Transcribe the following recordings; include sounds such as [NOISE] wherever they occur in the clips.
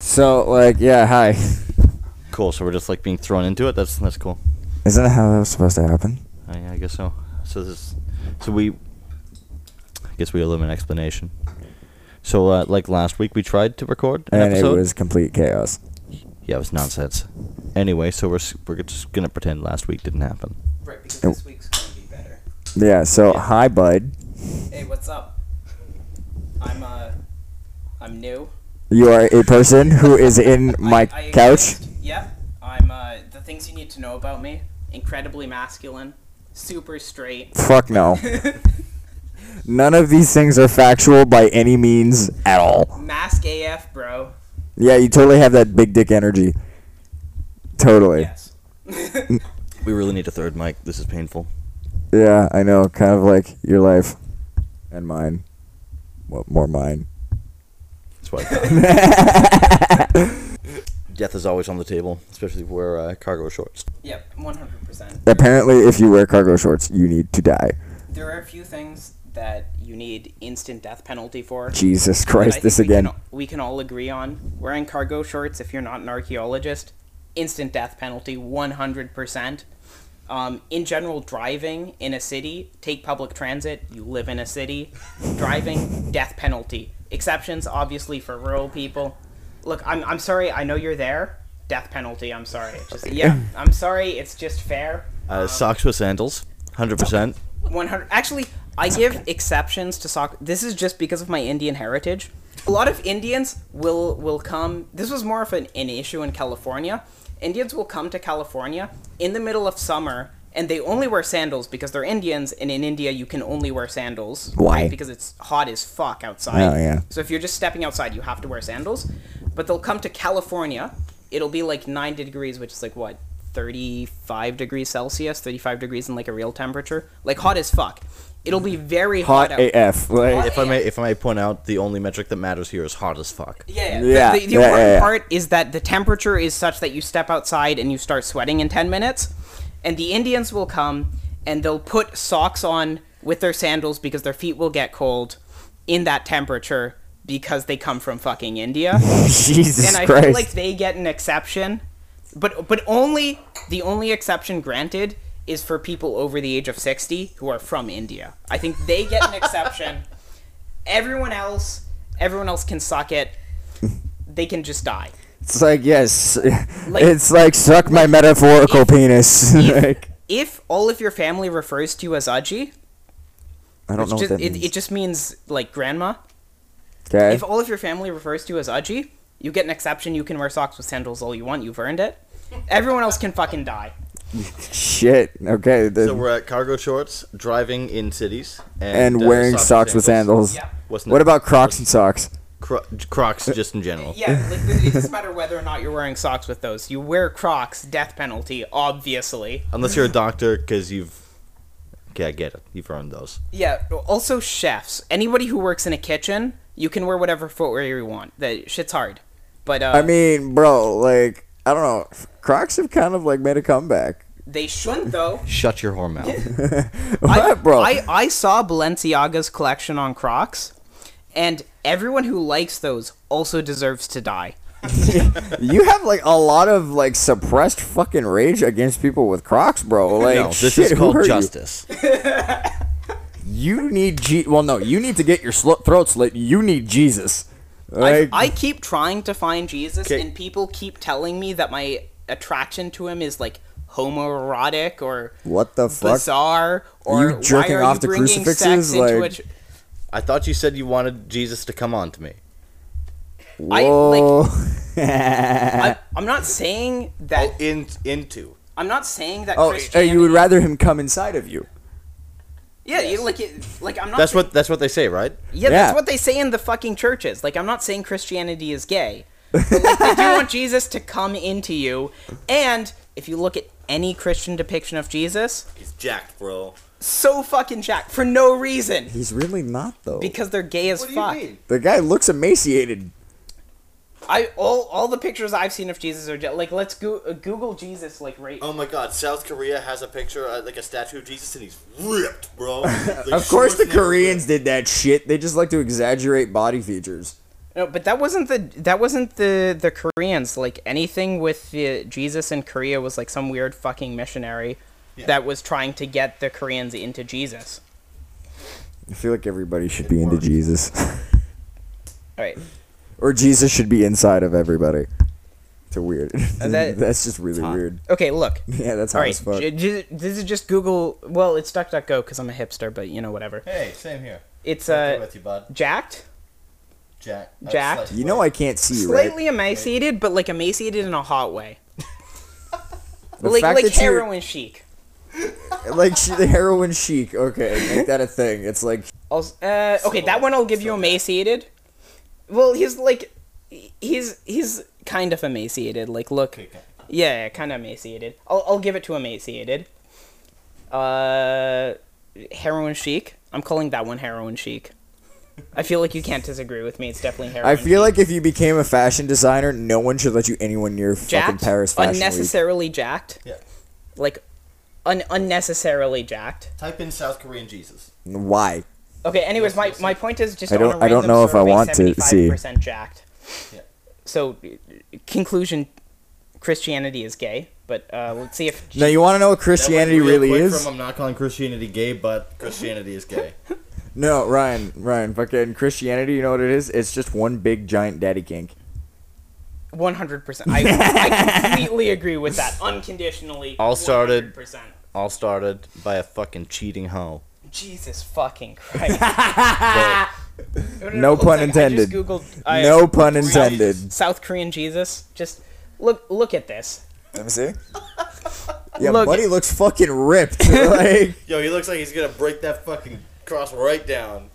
So like, yeah, hi. [LAUGHS] Cool. So we're just like being thrown into it. That's that's cool. Isn't that how that was supposed to happen? I, I guess so. So this, so we, I guess we owe them an explanation. So uh, like last week we tried to record an and episode. it was complete chaos. yeah, it was nonsense. Anyway, so we're s- we're just gonna pretend last week didn't happen. Right, because Oh. this week's gonna be better. Yeah. So Yeah. hi, bud. Hey, what's up? I'm uh, I'm new. You are a person who [LAUGHS] is in I- my I couch. exist. Yep. I'm uh, the things you need to know about me: incredibly masculine, super straight. [LAUGHS] Fuck no. None of these things are factual by any means at all. Mask AF, bro. Yeah, you totally have that big dick energy. Totally. Yes. [LAUGHS] We really need a third mic. This is painful. Yeah, I know. Kind of like your life and mine. Well, more mine. [LAUGHS] [LAUGHS] That's why death is always on the table, especially if we wear uh, cargo shorts. yep, 100%. Apparently, if you wear cargo shorts, you need to die. There are a few things that you need instant death penalty for. Jesus that I Christ, think this we can again. al- we can all agree on wearing cargo shorts. If you're not an archaeologist, instant death penalty, one hundred percent. Um, in general, driving in a city, take public transit. You live in a city, driving [LAUGHS] death penalty. Exceptions, obviously, for rural people. Look, I'm I'm sorry. I know you're there. Death penalty. I'm sorry. It's [LAUGHS] just, yeah, I'm sorry. It's just fair. Uh, socks with sandals, hundred percent. 100 actually i give exceptions to soccer this is just because of my indian heritage a lot of indians will will come this was more of an, an issue in california indians will come to california in the middle of summer and they only wear sandals because they're indians and in india you can only wear sandals Why? because it's hot as fuck outside Oh, yeah. so if you're just stepping outside you have to wear sandals but they'll come to california it'll be like 90 degrees which is like what 35 degrees celsius 35 degrees in like a real temperature like hot as fuck it'll be very hot, Hot out. AF. Like, Hot- If I may, if I may point out, the only metric that matters here is hot as fuck. Yeah, yeah. Yeah, The, the, the yeah, yeah, important yeah. part is that the temperature is such that you step outside and you start sweating in 10 minutes. And the Indians will come and they'll put socks on with their sandals because their feet will get cold in that temperature because they come from fucking India. [LAUGHS] Jesus and I Christ. feel like they get an exception, but but only the only exception granted is for people over the age of sixty who are from India. I think they get an [LAUGHS] exception. Everyone else, everyone else can suck it. They can just die. it's like, yes. [LAUGHS] Like- it's like, suck my metaphorical penis. [LAUGHS] like, If all of your family refers to you as Aji, I don't know just, what that it, means. it just means like grandma. okay. If all of your family refers to you as Aji, you get an exception. You can wear socks with sandals all you want. You've [LAUGHS] earned it. Everyone else can fucking die. Shit. Okay. then- So we're at cargo shorts, driving in cities, and, and uh, wearing socks with sandals. Yeah. What's What next? about Crocs and socks? Cro- Crocs just in general? Yeah, like th- it doesn't matter whether or not you're wearing socks with those. You wear Crocs, death penalty, obviously. Unless you're a doctor, because you've. Okay, I get it. You've earned those. Yeah. Also, chefs. Anybody who works in a kitchen, you can wear whatever footwear you want. That shit's hard. But uh, I mean, bro, like I don't know. Crocs have kind of like made a comeback. [LAUGHS] they shouldn't though. Shut your whore mouth. What, I, bro? I I saw Balenciaga's collection on Crocs, and everyone who likes those also deserves to die. you have like a lot of like suppressed fucking rage against people with Crocs, bro. Like no, this shit, is who hurt called you? justice. You? need G. Well, no, you need to get your sl- throat slit. You need Jesus. I, Like, I keep trying to find Jesus, Okay. and people keep telling me that my attraction to him is like homoerotic or what the fuck? bizarre you or jerking why are off you to bringing crucifixes? sex into Like- a tr- I thought you said you wanted Jesus to come on to me. I, like- Whoa. I, I'm not saying that Oh, In into. I'm not saying [LAUGHS] that oh, uh, Christianity you would rather him come inside of you. yeah you, like it, like I'm not That's saying- what that's what they say, right? Yeah. yeah, that's what they say in the fucking churches like I'm not saying Christianity [LAUGHS] is gay but like, they do want Jesus to come into you and if you look at any Christian depiction of Jesus He's Jack, bro. so fucking jack for no reason He's really not though. because they're gay as fuck the guy looks emaciated. I all all the pictures I've seen of Jesus are ja- like let's go, uh, Google Jesus like right Oh. Oh my God! South Korea has a picture, uh, like a statue of Jesus, and he's ripped, [LAUGHS] bro. Of course, the Koreans did that shit. They just like to exaggerate body features. No, but that wasn't the that wasn't the the Koreans. Like anything with the Jesus in Korea was like some weird fucking missionary that was trying to get the Koreans into Jesus. I feel like everybody should be into Jesus, [LAUGHS] All right. or Jesus should be inside of everybody. It's a weird. Uh, [LAUGHS] that- that's just really weird. [LAUGHS] Okay, look. Yeah, that's All hard right. as fuck. j- j- this is just Google. Well, it's DuckDuckGo because I'm a hipster, but you know whatever. Hey, same here. It's Right there uh, with you, bud. jacked, Jack. uh, Jack. slight- you know I can't see right. slightly emaciated, but like emaciated in a hot way, [LAUGHS] The like fact like that you're- heroin chic. like she, the heroin chic. Okay, make that a thing. It's like Also, uh, okay, that one I'll give you emaciated. Well, he's like, he's he's kind of emaciated. Like, look, Okay, okay. yeah, yeah kind of emaciated. I'll I'll give it to emaciated. Uh, heroin chic. I'm calling that one heroin chic. I feel like you can't disagree with me. It's definitely heroin. I feel like if you became a fashion designer, no one should let you anywhere near fucking jacked, Paris Fashion Week. unnecessarily jacked, Yeah. like un- unnecessarily jacked. Type in South Korean Jesus. Why? Okay. Anyways, my, yes, my point is just I don't- on a I don't random know if I survey, want to see. 75% jacked. Yeah. So uh, conclusion: Christianity is gay. But uh, let's see if Now you want to know what That went Christianity real really quick is? From I'm not calling Christianity gay, but Christianity is gay. No, Ryan, Ryan, fucking Christianity. You know what it is? It's just one big giant daddy kink. one hundred percent. I [LAUGHS] completely agree with that unconditionally. All started- 100%. All started by a fucking cheating hoe. Jesus [LAUGHS] fucking Christ! But No it's pun like, I intended. just googled uh, no pun intended. South Korean Jesus. Just look look at this. Let me see. Yeah, Look- buddy looks fucking ripped. [LAUGHS] like, Yo, he looks like he's gonna break that fucking cross right down.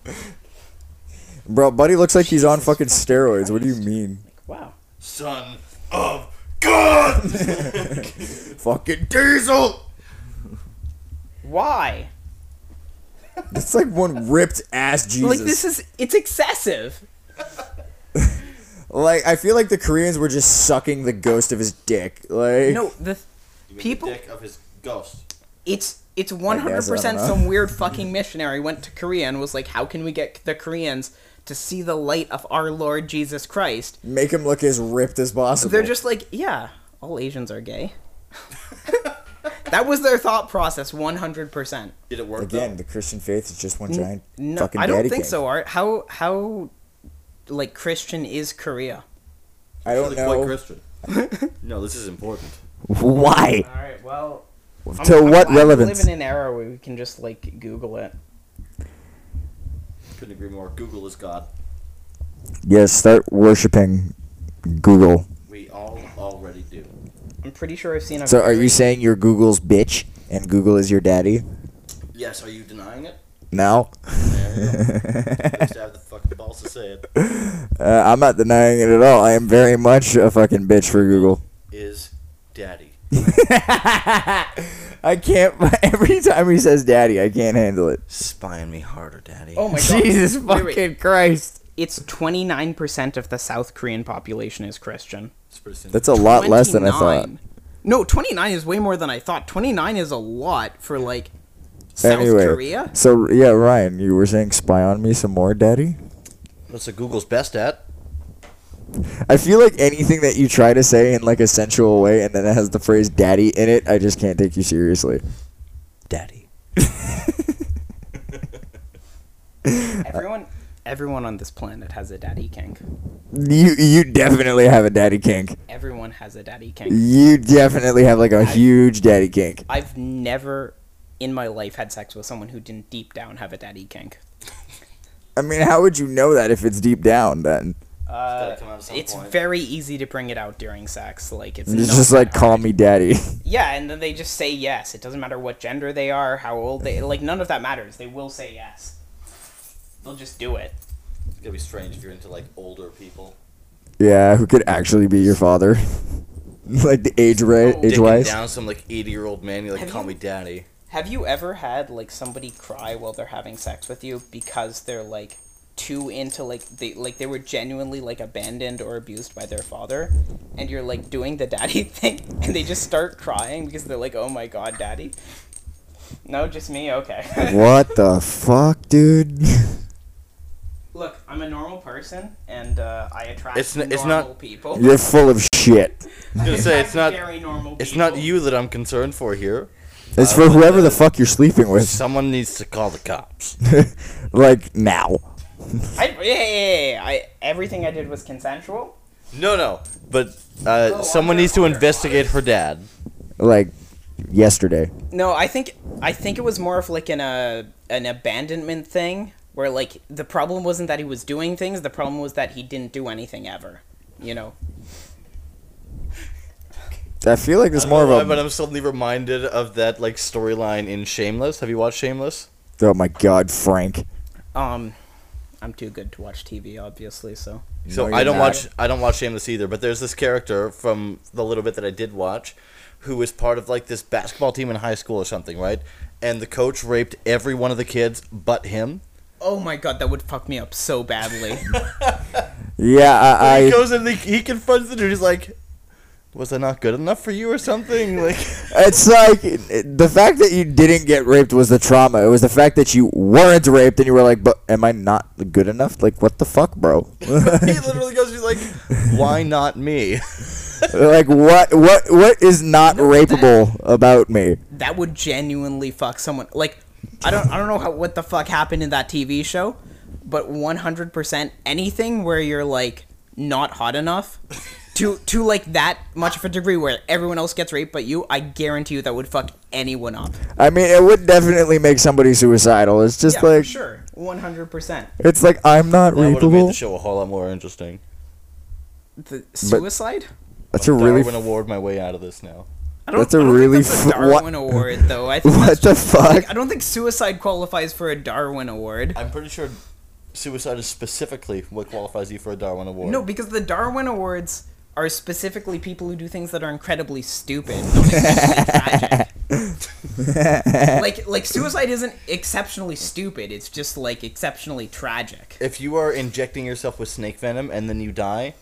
bro, buddy looks like he's on fucking steroids. What do you mean? Wow. Son of God. [LAUGHS] Fucking. Diesel. Why? It's like one ripped ass Jesus. Like this is it's excessive. Like I feel like the Koreans were just sucking the ghost of his dick. Like No, the people. Dick of his ghost. it's it's 100% know. some weird fucking missionary went to Korea and was like, "How can we get the Koreans to see the light of our Lord Jesus Christ?" make him look as ripped as possible. They're just like, "Yeah, all Asians are gay." [LAUGHS] that was their thought process 100%. Did it work? again the Christian faith is just one giant No, fucking I don't daddy think kink. so, Art. How how like Christian [LAUGHS] is Korea? I though? don't Really quite know Christian. no, this is important. why. All right, well, to what We relevance? live in an era where we can just like Google it. Couldn't agree more. Google is God. yes, start worshiping Google. We all already do. I'm pretty sure I've seen a So are you saying you're Google's bitch and Google is your daddy? Yes, are you denying it? [LAUGHS] Now, There you go. uh, Just have the fucking balls to say it. I'm not denying it at all. I am very much a fucking bitch for Google. [LAUGHS] Is daddy. I can't. [LAUGHS] Every time he says daddy, I can't handle it. spying me harder, daddy. [LAUGHS] Oh my god. Jesus Wait, fucking wait. Christ. it's 29% of the South Korean population is Christian. It's pretty simple. That's a lot less than I thought. 29. No, 29 is way more than I thought. 29 is a lot for like South anyway, Korea. So yeah, Ryan, you were saying spy on me some more, Daddy. That's what Google's best at. I feel like anything that you try to say in like a sensual way and then it has the phrase "daddy" in it, I just can't take you seriously. Daddy. Everyone everyone on this planet has a daddy kink. You you definitely have a daddy kink. Everyone has a daddy kink. You definitely have like a huge daddy kink. I've never in my life had sex with someone who didn't deep down have a daddy kink. I mean, how would you know that if it's deep down? Then Uh, come out at some it's point. very easy to bring it out during sex. Like it's it's not just that like call me daddy. [LAUGHS] Yeah, and then they just say yes. It doesn't matter what gender they are, how old they like none of that matters. They will say yes. They'll just do it. It's gonna be strange if you're into like older people. yeah, who could actually be your father? [LAUGHS] like the age right, Dicking age wise. down some like 80 year old man. You're like, Have call you- me daddy. Have you ever had like somebody cry while they're having sex with you because they're like too into like they like they were genuinely like abandoned or abused by their father and you're like doing the daddy [LAUGHS] thing and they just start crying because they're like, "Oh my god, daddy." No, just me. Okay. What the fuck, dude? [LAUGHS] Look, I'm a normal person, and uh, I attract It's n- normal it's not- people. You're full of shit. I was gonna say it's not Very normal [LAUGHS] it's people. not you that I'm concerned for here. It's for whoever the fuck you're sleeping with. Someone needs to call the cops. like now. I, yeah, yeah, yeah, yeah. I, everything I did was consensual. No, no, but uh, No, someone under- needs to under investigate her dad. Like yesterday. No, I think I think it was more of like an uh, an abandonment thing where like the problem wasn't that he was doing things, the problem was that he didn't do anything ever. You know. I feel like there's more of But a. I'm suddenly reminded of that like storyline in Shameless. Have you watched Shameless? Oh my god, Frank. Um I'm too good to watch TV obviously, so So No, I you're don't not. watch I don't watch Shameless either, but there's this character from the little bit that I did watch who was part of like this basketball team in high school or something, right? And the coach raped every one of the kids but him. Oh my god, that would fuck me up so badly. Yeah, he I. I goes and he, he confronts the dude. He's like, "Was I not good enough for you or something?" [LAUGHS] Like, it's like it- the fact that you didn't get raped was the trauma. It was the fact that you weren't raped and you were like, but am I not good enough? Like, what the fuck, bro? [LAUGHS] he literally goes, "He's like, why not me?" [LAUGHS] like, what, what, what is not rapeable about me? that would genuinely fuck someone. Like I don't I don't know how what the fuck happened in that TV show, but 100% anything where you're like not hot enough to to like that much of a degree where everyone else gets raped but you, I guarantee you that would fuck anyone up. I mean, it would definitely make somebody suicidal. It's just like, sure. 100%. it's like I'm not That would have made the rapeable. show a whole lot more interesting. The suicide? That's a really, Darwin f- Award my way out of this now. I that's a I think really that's f- a what- Darwin award [LAUGHS] though. I think [LAUGHS] what that's the just- fuck? like, I don't think suicide qualifies for a Darwin award. I'm pretty sure suicide is specifically what qualifies you for a Darwin Award. No, because the Darwin Awards are specifically people who do things that are incredibly stupid. [LAUGHS] not exceptionally tragic. like like suicide isn't exceptionally stupid, it's just like exceptionally tragic. if you are injecting yourself with snake venom and then you die,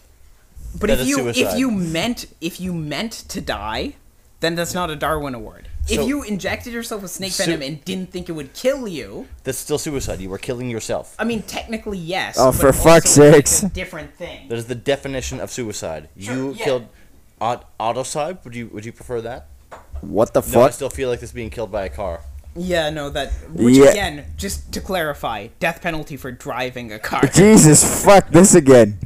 But That if is you suicide. if you meant if you meant to die, then that's not a Darwin award. So- if you injected yourself with snake Su- venom and didn't think it would kill you, that's still suicide. You are killing yourself. I mean technically yes. Oh, but for also fuck's it's sakes. a different thing. That is the definition of suicide. you Sure, yeah. killed aut- autocide. Would you would you prefer that? [LAUGHS] what the No, I fuck? still feel like this being killed by a car. Yeah, no, that which Yeah. again, just to clarify, death penalty for driving a [LAUGHS] car. Jesus fuck this again.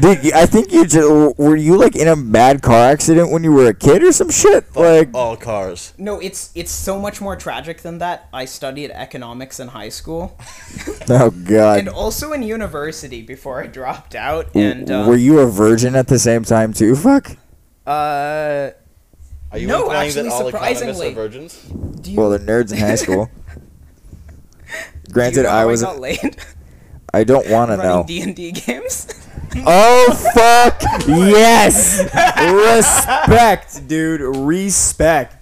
Dude, you- I think you just were you like in a bad car accident when you were a kid or some shit? Like, All cars. No, it's it's so much more tragic than that. I studied economics in high school oh and god. also in university before I dropped out. W- And uh, were you a virgin at the same time too? Fuck. uh, Are you No, implying actually, that all economists surprisingly. are virgins? do you, Well, they're nerds in high [LAUGHS] school. do you Granted, know I how was. I got laid [LAUGHS] I don't want to know. [LAUGHS] running D and D games. [LAUGHS] Oh fuck! yes. Respect, dude. Respect.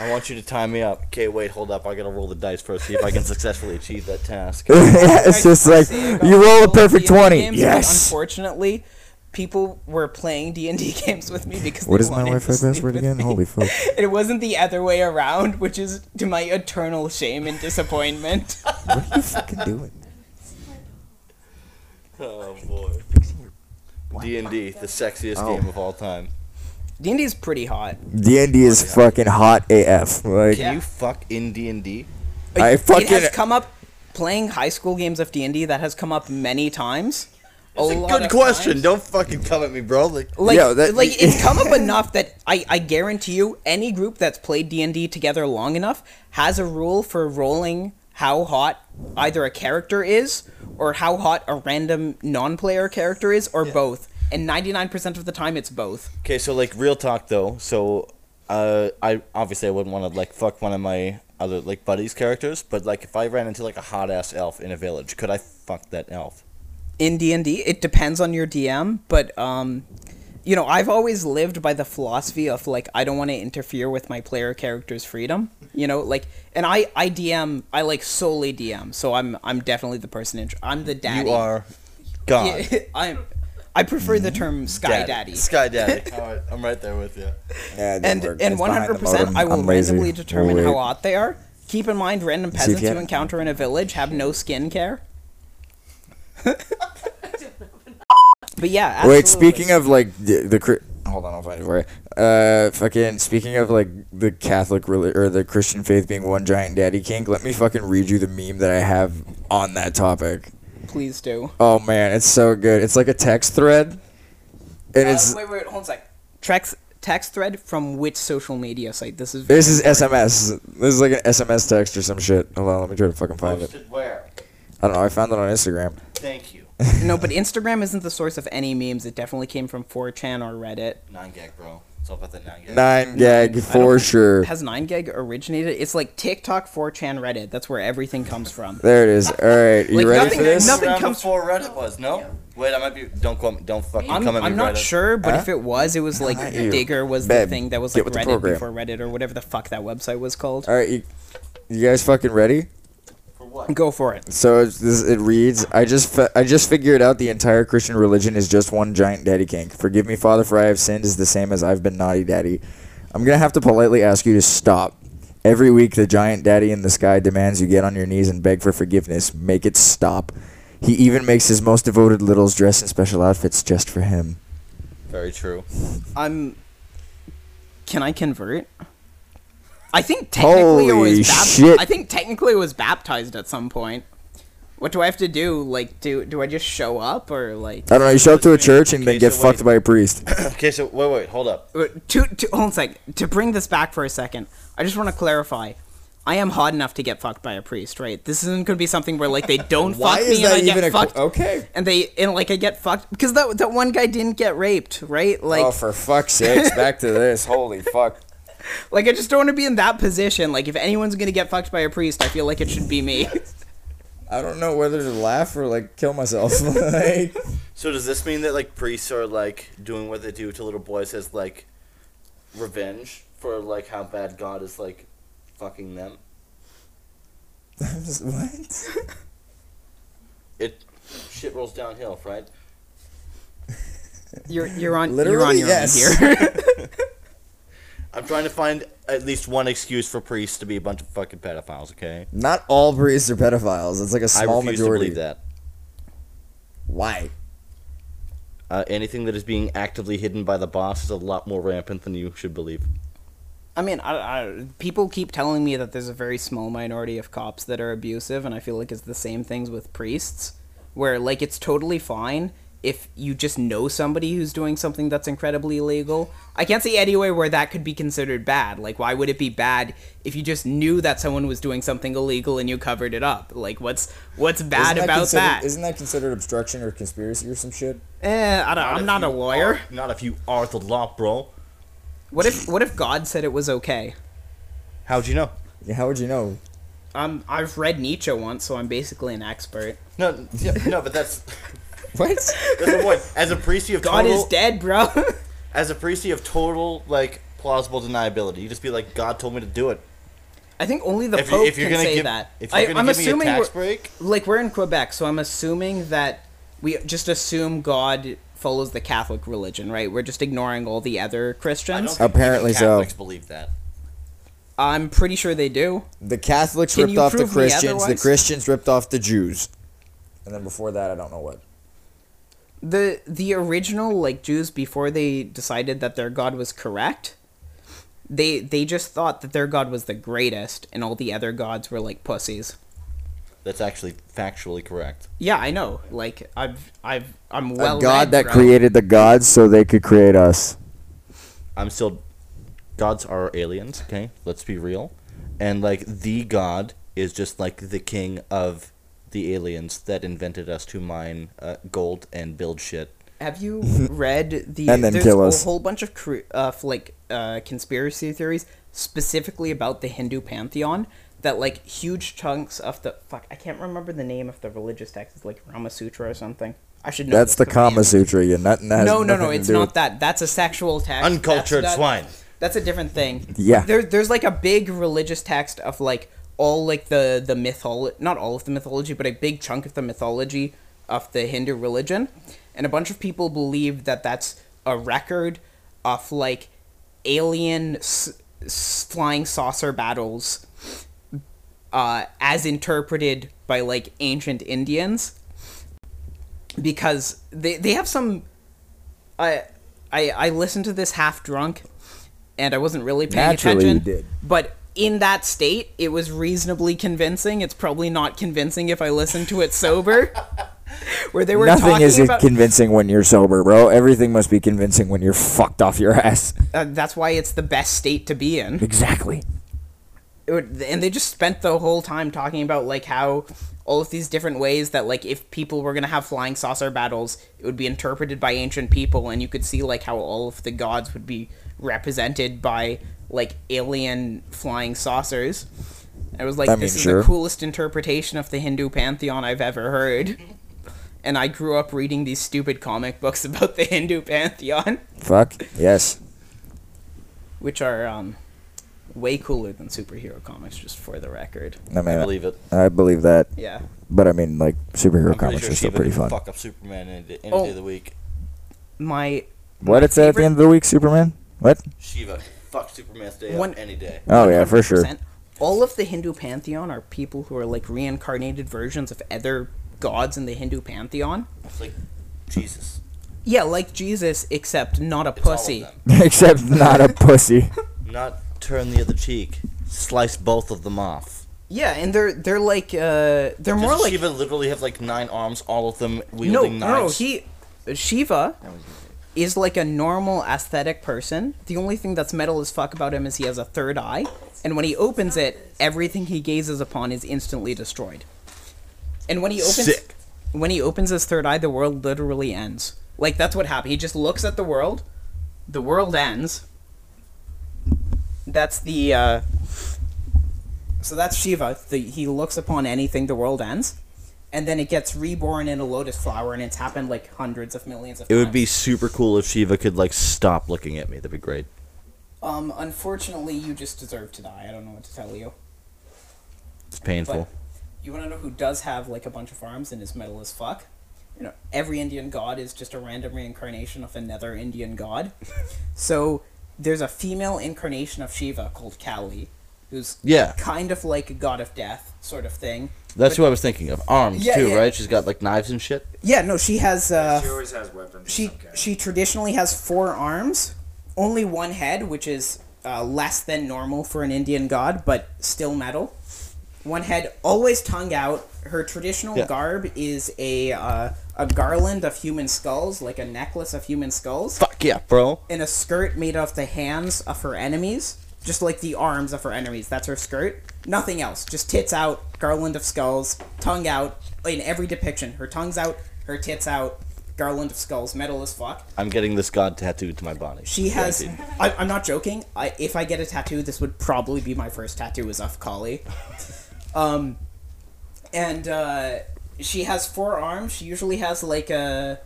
I want you to tie me up. Okay, wait, hold up. I gotta roll the dice first, see if I can successfully achieve [LAUGHS] that task. it's just like See, I got you roll a laid perfect D&D twenty. games, but Yes. Unfortunately, people were playing D and D [LAUGHS] games with me because What they is my wanted to Wi-Fi sleep password with [LAUGHS] again? me. Holy fuck. It wasn't the other way around, which is to my eternal shame and disappointment. [LAUGHS] What are you fucking doing? Oh boy. D and D, the sexiest Oh. game of all time. D and D is pretty hot. D and D is fucking hot AF. Like Can Yeah. you fuck in D and D? I fucking it has come up playing high school games of D&D that has come up many times. It's Good question. Don't fucking come at me, bro. Like, Like, Yo, that- [LAUGHS] like it's come up enough that I, I guarantee you any group that's played D&D together long enough has a rule for rolling how hot either a character is or how hot a random non-player character is or both. And 99% of the time it's both. Okay, so like real talk though. So, uh, I obviously I wouldn't want to like fuck one of my other like buddies characters, but like if I ran into like a hot ass elf in a village, could I fuck that elf? in D&D. It depends on your DM, but um you know, I've always lived by the philosophy of like I don't want to interfere with my player character's freedom, you know, like and I I DM, I like solely DM, so I'm I'm definitely the person in, I'm the daddy. You are God. [LAUGHS] I'm I prefer the Mm-hmm. term sky daddy. Sky [LAUGHS] Daddy. All right, I'm right there with you. Yeah, it didn't And work. and It's one behind the hundred percent, modem. I will I'm lazy. randomly determine We'll how wait. hot they are. Keep in mind, random peasants CPR. you encounter in a village have no skin care. [LAUGHS] but yeah, absolutely. Wait, speaking of like the, the cri- hold on, I'll find it for you. Uh, fucking speaking of like the Catholic reli- or the Christian faith being one giant daddy kink. Let me fucking read you the meme that I have on that topic. please do. Oh man, it's so good. It's like a text thread, and Uh, it's wait, wait, hold on a sec. Trex, text thread from which social media site? This is. this is SMS. This is like an SMS text or some shit. Hold on, let me try to fucking find it. Posted where? I don't know. I found it on Instagram. Thank you. [LAUGHS] no, but Instagram isn't the source of any memes. It definitely came from 4chan or Reddit. Nine gag, bro. It's all about the nine gag. Nine gag for sure. Has 9gag originated? It's like TikTok, 4chan, Reddit. That's where everything comes from. [LAUGHS] There it is. All right, you Like, ready nothing- for this? nothing Around comes- before Reddit was no. Wait, I might be. Don't quote me. Don't fucking I'm, come at me. I'm not Reddit. sure, but Huh? if it was, it was like Not you. Digger was Babe, the thing that was get like with the Reddit program. before Reddit or whatever the fuck that website was called. All right, you, you guys fucking ready? For what? Go for it. So it's- this, it reads, I just fi- I just figured out the entire Christian religion is just one giant daddy kink. Forgive me, Father, for I have sinned is the same as I've been naughty daddy. I'm gonna have to politely ask you to stop. Every week, the giant daddy in the sky demands you get on your knees and beg for forgiveness. Make it stop. He even makes his most devoted littles dress in special outfits just for him. Very [CLEARS THROAT] true. I'm. Can I convert? I think technically it was. Holy bap- shit. I think technically it was baptized at some point. What do I have to do? Like, do do I just show up or like? I don't know. You show up to a church and then Okay, get so wait. fucked by a priest. Okay, so wait, wait, hold up. Uh, to, to hold on a sec. To bring this back for a second, I just want to clarify. I am hot enough to get fucked by a priest, right? This isn't going to be something [LAUGHS] where like they don't Why fuck is me and that I even a oh. get qu- fucked. okay. And they and like I get fucked because that that one guy didn't get raped, right? Like oh, for fuck's sakes! Back to this. Holy fuck. like I just don't want to be in that position. Like if anyone's going to get fucked by a priest, I feel like it should be me. I don't know whether to laugh or like kill myself. [LAUGHS] like, So does this mean that like priests are like doing what they do to little boys as like revenge for like how bad God is like fucking them? I'm just, what? It shit rolls downhill, right? [LAUGHS] you're you're on you're on Literally, your yes. own here. [LAUGHS] [LAUGHS] I'm trying to find at least one excuse for priests to be a bunch of fucking pedophiles. Okay, Not all priests are pedophiles. It's like a I small refuse majority. to believe that. Why? Uh, anything that is being actively hidden by the boss is a lot more rampant than you should believe. I mean, I, I, people keep telling me that there's a very small minority of cops that are abusive, and I feel like it's the same things with priests, where like it's totally fine if you just know somebody who's doing something that's incredibly illegal. I can't see any way where that could be considered bad. Like, why would it be bad if you just knew that someone was doing something illegal and you covered it up? Like, what's what's bad about considered, that? Isn't that considered obstruction or conspiracy or some shit? Eh, I don't, I'm if not a you lawyer. are- not if you are the law, bro. What if what if God said it was okay? How'd you know? Yeah, how would you know? Um, I've read Nietzsche once, so I'm basically an expert. No, yeah, no, but that's What? that's the point. As a priest, you have God total, is dead, bro. [LAUGHS] As a priest, you have total like plausible deniability. You just be like, God told me to do it. I think only the If, you, Pope if you're can gonna say give, that. if you're I, gonna I'm give assuming me a tax we're, break, like we're in Quebec, so I'm assuming that we just assume God follows the Catholic religion, right? We're just ignoring all the other I don't Christians. think Apparently even so. Catholics believe that. I'm pretty sure they do. The Catholics Can ripped you off the prove me Christians. The otherwise? Christians ripped off the Jews. And then before that, I don't know what. the The original like Jews before they decided that their God was correct, they they just thought that their God was the greatest, and all the other gods were like pussies. That's actually factually correct. Yeah, I know. Like I've I've I'm well. a God read, that bro. created the gods so they could create us. I'm still. Gods are aliens. Okay, let's be real. And like the God is just like the king of the aliens that invented us to mine uh, gold and build shit. [LAUGHS] Have you read the? And then there's kill a us. whole bunch of cre- uh, f- like uh, conspiracy theories specifically about the Hindu pantheon that like huge chunks of the fuck I can't remember the name of the religious text it's like Rama Sutra or something. I should know. That's this the offhand. Kama Sutra. Yeah, nothing that has No, no, nothing no! to It's do with- not that. That's a sexual text. That's Uncultured not- swine. That's a different thing. Yeah. There, there's like a big religious text of like all like the the mytholo not all of the mythology, but a big chunk of the mythology of the Hindu religion, and a bunch of people believe that that's a record of like alien s- s- flying saucer battles uh, as interpreted by like ancient Indians, because they they have some. I I I listened to this half drunk, and I wasn't really paying Naturally you attention. did. But in that state, it was reasonably convincing. It's probably not convincing if I listen to it [LAUGHS] sober. Where they were Nothing talking is about convincing when you're sober, bro. Everything must be convincing when you're fucked off your [LAUGHS] ass. uh, that's why it's the best state to be in. Exactly. it would, and they just spent the whole time talking about like how all of these different ways that like if people were gonna have flying saucer battles, it would be interpreted by ancient people, and you could see like how all of the gods would be represented by like alien flying saucers. I was like, I this mean, is sure. the coolest interpretation of the Hindu pantheon I've ever heard. [LAUGHS] And I grew up reading these stupid comic books [LAUGHS] about the Hindu pantheon, Fuck. Yes. which are um, way cooler than superhero comics, just for the record. I mean, I believe it. I believe that. Yeah. But I mean, like superhero I'm pretty comics sure are still Shiva pretty could fun. Fuck up Superman any, day- any Oh. day of the week. my What it's at the favorite- end of the week, Superman? What? Shiva, fuck Superman's day One- up any day. Oh yeah, for sure. percent- All of the Hindu pantheon are people who are like reincarnated versions of other gods in the Hindu pantheon. It's like Jesus. Yeah, like Jesus, except not a It's all of pussy. them. [LAUGHS] Except [LAUGHS] not a pussy. Not turn the other cheek. Slice both of them off. Yeah, and they're they're like uh they're more Does like Shiva literally have like nine arms, all of them no wielding no knives? he Shiva is like a normal aesthetic person. The only thing that's metal as fuck about him is he has a third eye, and when he opens it, everything he gazes upon is instantly destroyed. And when he opens Sick. when he opens his third eye, the world literally ends. Like that's what happened. He just looks at the world, the world ends. That's the uh so that's Shiva. The, he looks upon anything, the world ends. And then it gets reborn in a lotus flower, and it's happened like hundreds of millions of It times. would be super cool if Shiva could like stop looking at me. That'd be great. Um, unfortunately, you just deserve to die. I don't know what to tell you. It's painful. You want to know who does have like a bunch of arms and is metal as fuck? You know, every Indian god is just a random reincarnation of another Indian god. so there's a female incarnation of Shiva called Kali, who's Yeah. kind of like a god of death sort of thing. That's who I was thinking of. Arms Yeah, too, yeah. right? She's got like knives and shit. Yeah, no, she has. Uh, She always has weapons. of she some kind. she traditionally has four arms, only one head, which is uh, less than normal for an Indian god, but still metal. One head, always tongue out. Her traditional Yeah. garb is a uh, a garland of human skulls, like a necklace of human skulls, Fuck yeah, bro. and a skirt made of the hands of her enemies, just like the arms of her enemies. That's her skirt. Nothing else. Just tits out, garland of skulls, tongue out. In every depiction, her tongue's out, her tits out, garland of skulls, metal as fuck. I'm getting this god tattooed to my body. She has. Guaranteed. I, I'm not joking. I, if I get a tattoo, this would probably be my first tattoo is of Kali. um, and uh, she has four arms. She usually has like a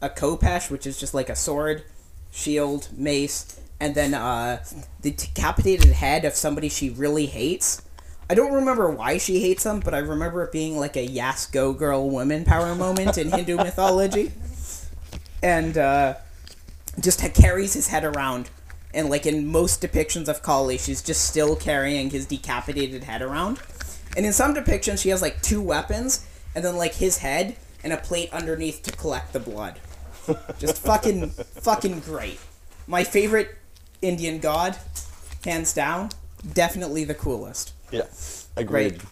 a kopesh, which is just like a sword, shield, mace, and then uh, the decapitated head of somebody she really hates. I don't remember why she hates them, but I remember it being like a yes go girl woman power moment in Hindu mythology. And uh, just ha- carries his head around. And like in most depictions of Kali, she's just still carrying his decapitated head around. And in some depictions, she has like two weapons, and then like his head and a plate underneath to collect the blood. Just fucking, fucking great. My favorite Indian god, hands down, definitely the coolest Yeah. Agreed.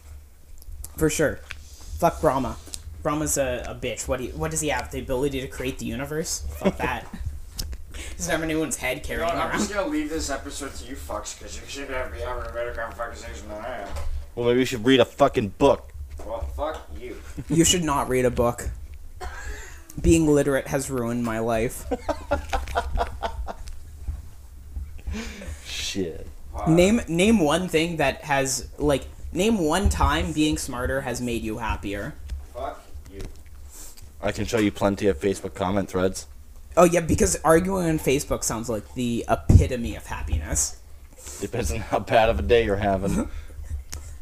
for sure. Fuck Brahma. Brahma's a, a bitch. What do you, what does he have? The ability to create the universe? [LAUGHS] Fuck that. He's never anyone's head You know carrying what, I'm just around. gonna leave this episode to you fucks, cause you should have- be having a better conversation than I am. Well, maybe we should read a fucking book. Well, fuck you. You should not read a book. Being literate has ruined my life. Shit. Wow. Name name one thing that has like name one time being smarter has made you happier. Fuck you. I can show you plenty of Facebook comment threads. Oh yeah, because arguing on Facebook sounds like the epitome of happiness. Depends on how bad of a day you're [LAUGHS] having.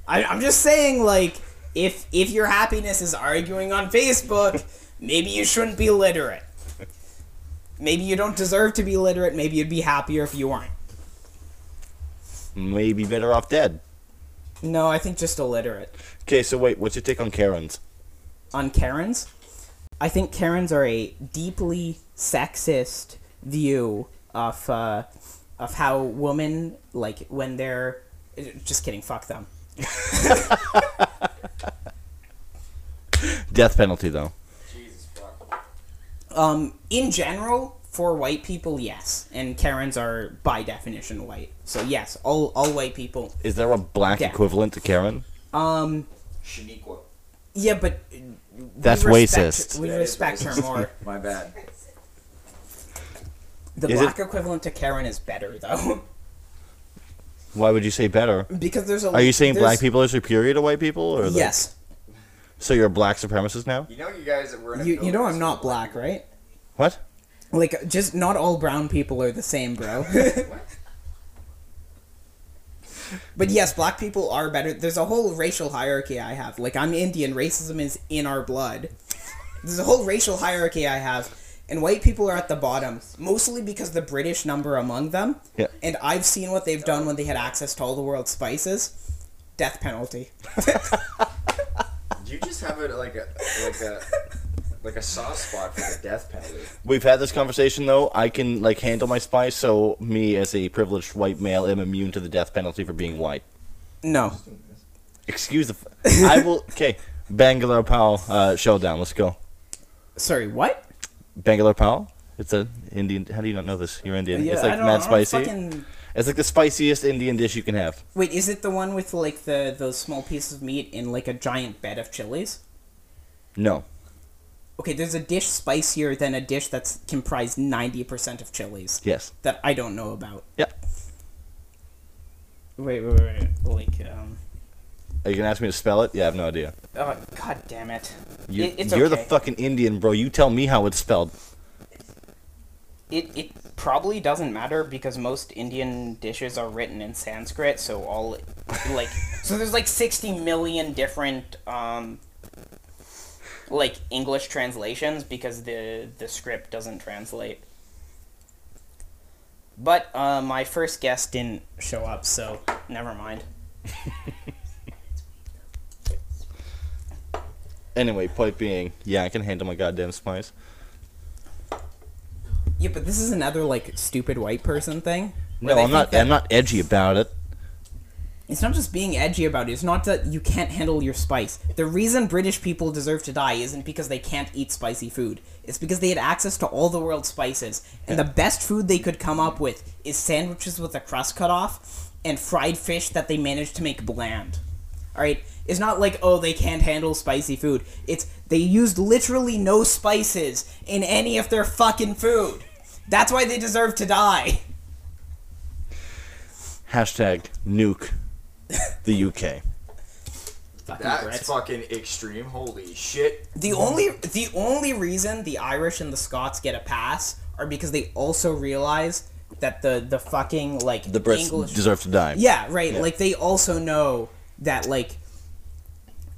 I, I'm just saying, like, if if your happiness is arguing on Facebook, maybe you shouldn't be literate. Maybe you don't deserve to be literate. Maybe you'd be happier if you weren't. Maybe better off dead. No, I think just illiterate. Okay, so wait, what's your take on Karens? on Karens. I think Karens are a deeply sexist view of uh, of how women like when they're just kidding. Fuck them. Death penalty, though. Jesus fuck. Um, in general, for white people, yes, and Karens are by definition white. So yes, all all white people. Is there a black Yeah. equivalent to Karen? Um, Shaniqua. yeah, but uh, That's we respect- racist. We That is respect her racist. [LAUGHS] more. My bad. The Is it- black equivalent to Karen is better though, [LAUGHS] Why would you say better? because there's a. Are you saying black there's- people are superior to white people? Or like- Yes, So you're a black supremacist now? You know you guys that were in a you you know building I'm not with black black, right? What? Like, just not all brown people are the [LAUGHS] same, bro. [LAUGHS] but yes, black people are better. There's a whole racial hierarchy I have. Like, I'm Indian. Racism is in our blood. There's a whole racial hierarchy I have. And white people are at the bottom, mostly because the British number among them. Yeah. And I've seen what they've done when they had access to all the world's spices death penalty. people. Do you just have it like a like a like a soft spot for the death penalty? We've had this conversation though. I can like handle my spice, so me as a privileged white male am immune to the death penalty for being white. No. Excuse the. F- I [LAUGHS] will. Okay, Bangalore Powell uh, showdown. Let's go. Sorry, what? Bangalore Powell. It's a Indian. How do you not know this? You're Indian. it's like I don't- mad I don't spicy. fucking- It's like the spiciest Indian dish you can have. Wait, is it the one with like the those small pieces of meat in like a giant bed of chilies? No. Okay, there's a dish spicier than a dish that's comprised ninety percent of chilies Yes. that I don't know about. Yeah. Wait, wait, wait, wait. like um, Are you gonna ask me to spell it? Yeah, I have no idea. oh god damn it! You, It- it's you're the okay. fucking Indian, bro. You tell me how it's spelled. It it probably doesn't matter because most Indian dishes are written in Sanskrit, so all [LAUGHS] like so there's like sixty million different um like English translations because the the script doesn't translate. But uh, my first guest didn't show up, so never mind. Anyway, point being, yeah, I can handle my goddamn spice. Yeah, but this is another like stupid white person thing. No, where they I'm think not. that- I'm not edgy about it. It's not just being edgy about it. It's not that you can't handle your spice. The reason British people deserve to die isn't because they can't eat spicy food. It's because they had access to all the world's spices, and the best food they could come up with is sandwiches with a crust cut off and fried fish that they managed to make bland. All right, it's not like oh they can't handle spicy food. It's they used literally no spices in any of their fucking food. That's why they deserve to die. Hashtag nuke the UK. Fucking That's Brits. fucking extreme. Holy shit. The only the only reason the Irish and the Scots get a pass are because they also realize that the the fucking like The Brits English deserve to die. yeah right like they also know that like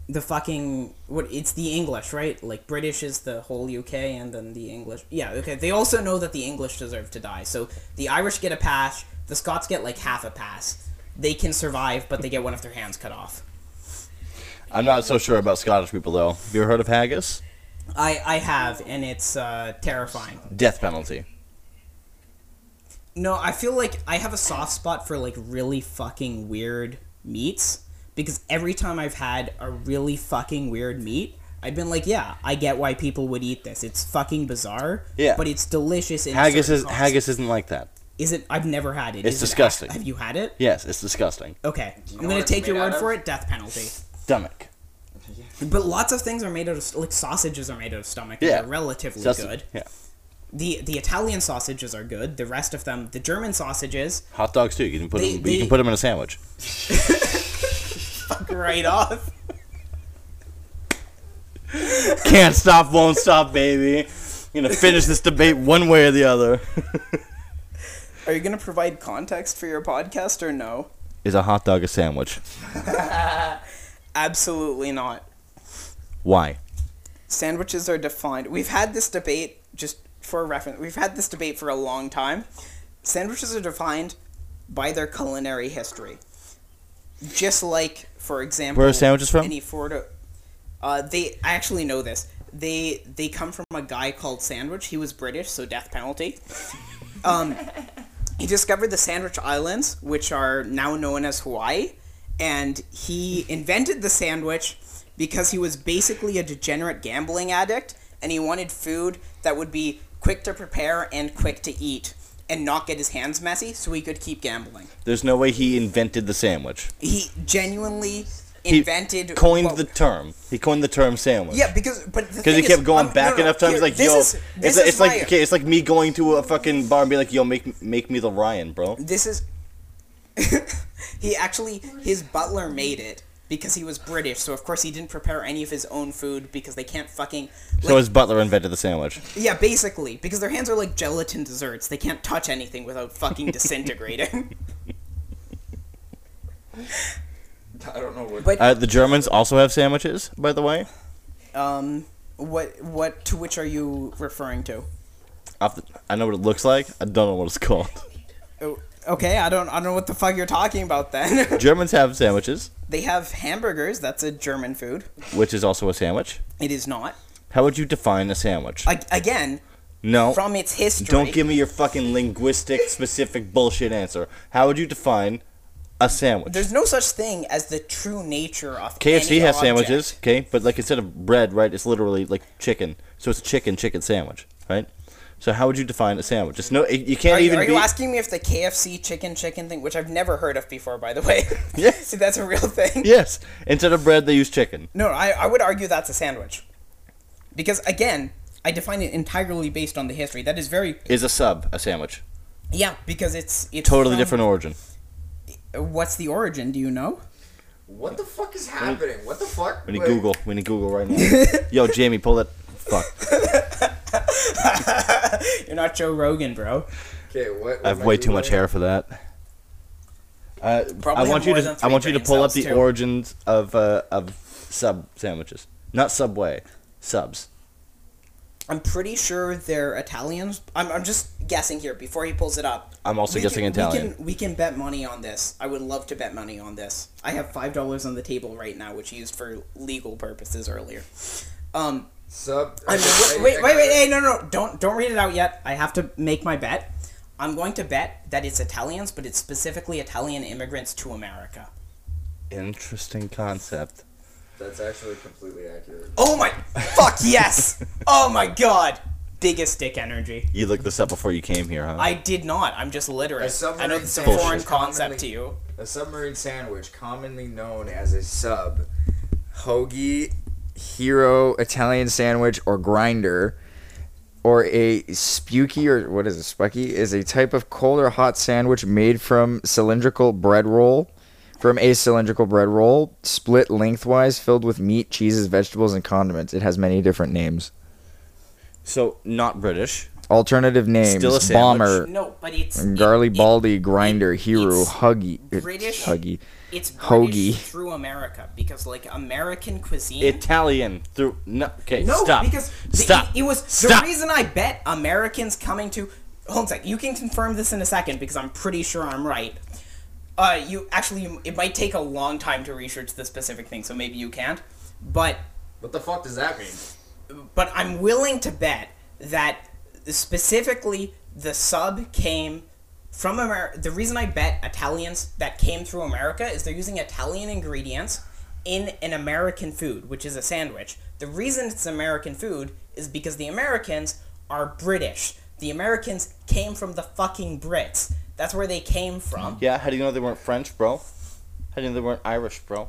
the fucking what it's the English right like British is the whole UK and then the English yeah okay they also know that the English deserve to die so the Irish get a pass the Scots get like half a pass they can survive but they get one of their hands cut off I'm not so sure about Scottish people though. Have you ever heard of haggis? I I have and it's uh, terrifying. Death penalty. No, I feel like I have a soft spot for like really fucking weird meats because every time I've had a really fucking weird meat, I've been like, yeah, I get why people would eat this. It's fucking bizarre. Yeah. But it's delicious. In Haggis certain is contexts. haggis isn't like that. Is it? I've never had it. It's Is it- disgusting. have you had it? Yes, it's disgusting. Okay. you I'm know gonna what it's take your made word out for of? it. Death penalty. Stomach. But lots of things are made out of like sausages are made out of stomach. and Yeah. They're relatively Sus- good. Yeah. The the Italian sausages are good. The rest of them, the German sausages, [LAUGHS] Hot dogs too. You can put They- them, you they- can put them in a sandwich. right off. Can't stop, won't stop, baby. I'm gonna finish this debate one way or the other. Are you going to provide context for your podcast or no? Is a hot dog a sandwich? Absolutely not. Why? Sandwiches are defined. We've had this debate, just for reference, we've had this debate for a long time. Sandwiches are defined by their culinary history. Just like, for example, Where are sandwiches from? Any Florida, uh, they I actually know this. They they come from a guy called Sandwich. He was British, so death penalty. Um, he discovered the Sandwich Islands, which are now known as Hawaii, and he invented the sandwich because he was basically a degenerate gambling addict, and he wanted food that would be quick to prepare and quick to eat, and not get his hands messy, so he could keep gambling. There's no way he invented the sandwich. He genuinely He invented coined what- the term. He coined the term sandwich. yeah, because but Because he kept um, going back enough times, like yo, it's, it's like okay, it's like me going to a fucking bar and be like, yo, make make me the Ryan, bro. this is. [LAUGHS] he actually his butler made it because he was British, so of course he didn't prepare any of his own food because they can't fucking. So like- his butler invented the sandwich. yeah, basically because their hands are like gelatin desserts; they can't touch anything without fucking disintegrating. I don't know what. but Uh, the Germans also have sandwiches, by the way. um, what what to which are you referring to? Off the, I know what it looks like. I don't know what it's called. [LAUGHS] Oh, Okay, I don't I don't know what the fuck you're talking about then. [LAUGHS] Germans have sandwiches, they have hamburgers. That's a German food. which is also a sandwich. It is not. How would you define a sandwich? Ag- again, no. from its history. Don't give me your fucking linguistic specific bullshit answer. How would you define a sandwich? There's no such thing as the true nature of KFC any has object. sandwiches, okay? But like instead of bread, right, it's literally like chicken. So it's chicken chicken sandwich, right? So how would you define a sandwich? It's no it- you can't Are, you- even are be you asking me if the KFC chicken chicken thing, which I've never heard of before, by the [LAUGHS] way? Yes. [LAUGHS] See, that's a real thing. [LAUGHS] Yes. Instead of bread they use chicken. No, I, I would argue that's a sandwich. Because, again, I define it entirely based on the history. That is very. Is a sub a sandwich? Yeah, because it's. it's Totally from- different origin. What's the origin? Do you know? [LAUGHS] What the fuck is happening? What the fuck? We need Wait, Google. We need Google right [LAUGHS] now. Yo, Jamie, pull that fuck. You're not Joe Rogan, bro. Okay, what? I have am way too Googling? much hair for that. Uh, I Probably want have you more than to I three want you to brain pull up cells, the too. origins of uh, of sub sandwiches, not Subway, subs. I'm pretty sure they're Italians. I'm, I'm just guessing here before he pulls it up. I'm also guessing Italian. We can, we can bet money on this. I would love to bet money on this. I have five dollars on the table right now, which he used for legal purposes earlier. Um, Sub. [LAUGHS] I'm, wait, wait, wait, wait, hey, no, no, no, don't, don't read it out yet. I have to make my bet. I'm going to bet that it's Italians, but it's specifically Italian immigrants to America. Interesting concept. That's actually completely [LAUGHS] accurate. Oh my, fuck yes! [LAUGHS] Oh my god, biggest dick energy. You looked this up before you came here, huh? I did not. I'm just literate. As I know submarine it's a sandwich foreign is concept commonly- to you. A submarine sandwich, commonly known as a sub, hoagie, hero Italian sandwich, or grinder, or a spuky or what is it? Spucky is a type of cold or hot sandwich made from cylindrical bread roll, from a cylindrical bread roll, split lengthwise, filled with meat, cheeses, vegetables, and condiments. It has many different names. so not British. Alternative names: Still a sandwich. bomber, No, but it's Garly it- it- Baldy, Grinder, it- Hero, it's Huggy, er, British- Huggy, It's British Hoagie. through America because like American cuisine. Italian through no. Okay, no, stop. because the- stop. E- It, it was stop. the reason I bet Americans coming to. Hold on a sec. You can confirm this in a second because I'm pretty sure I'm right. Uh, you actually, you, it might take a long time to research the specific thing, so maybe you can't. But What the fuck does that mean? but I'm willing to bet that specifically the sub came from America. The reason I bet Italians that came through America is they're using Italian ingredients in an American food, which is a sandwich. The reason it's American food is because the Americans are British. The Americans came from the fucking Brits. That's where they came from. yeah, how do you know they weren't French, bro? How do you know they weren't Irish, bro?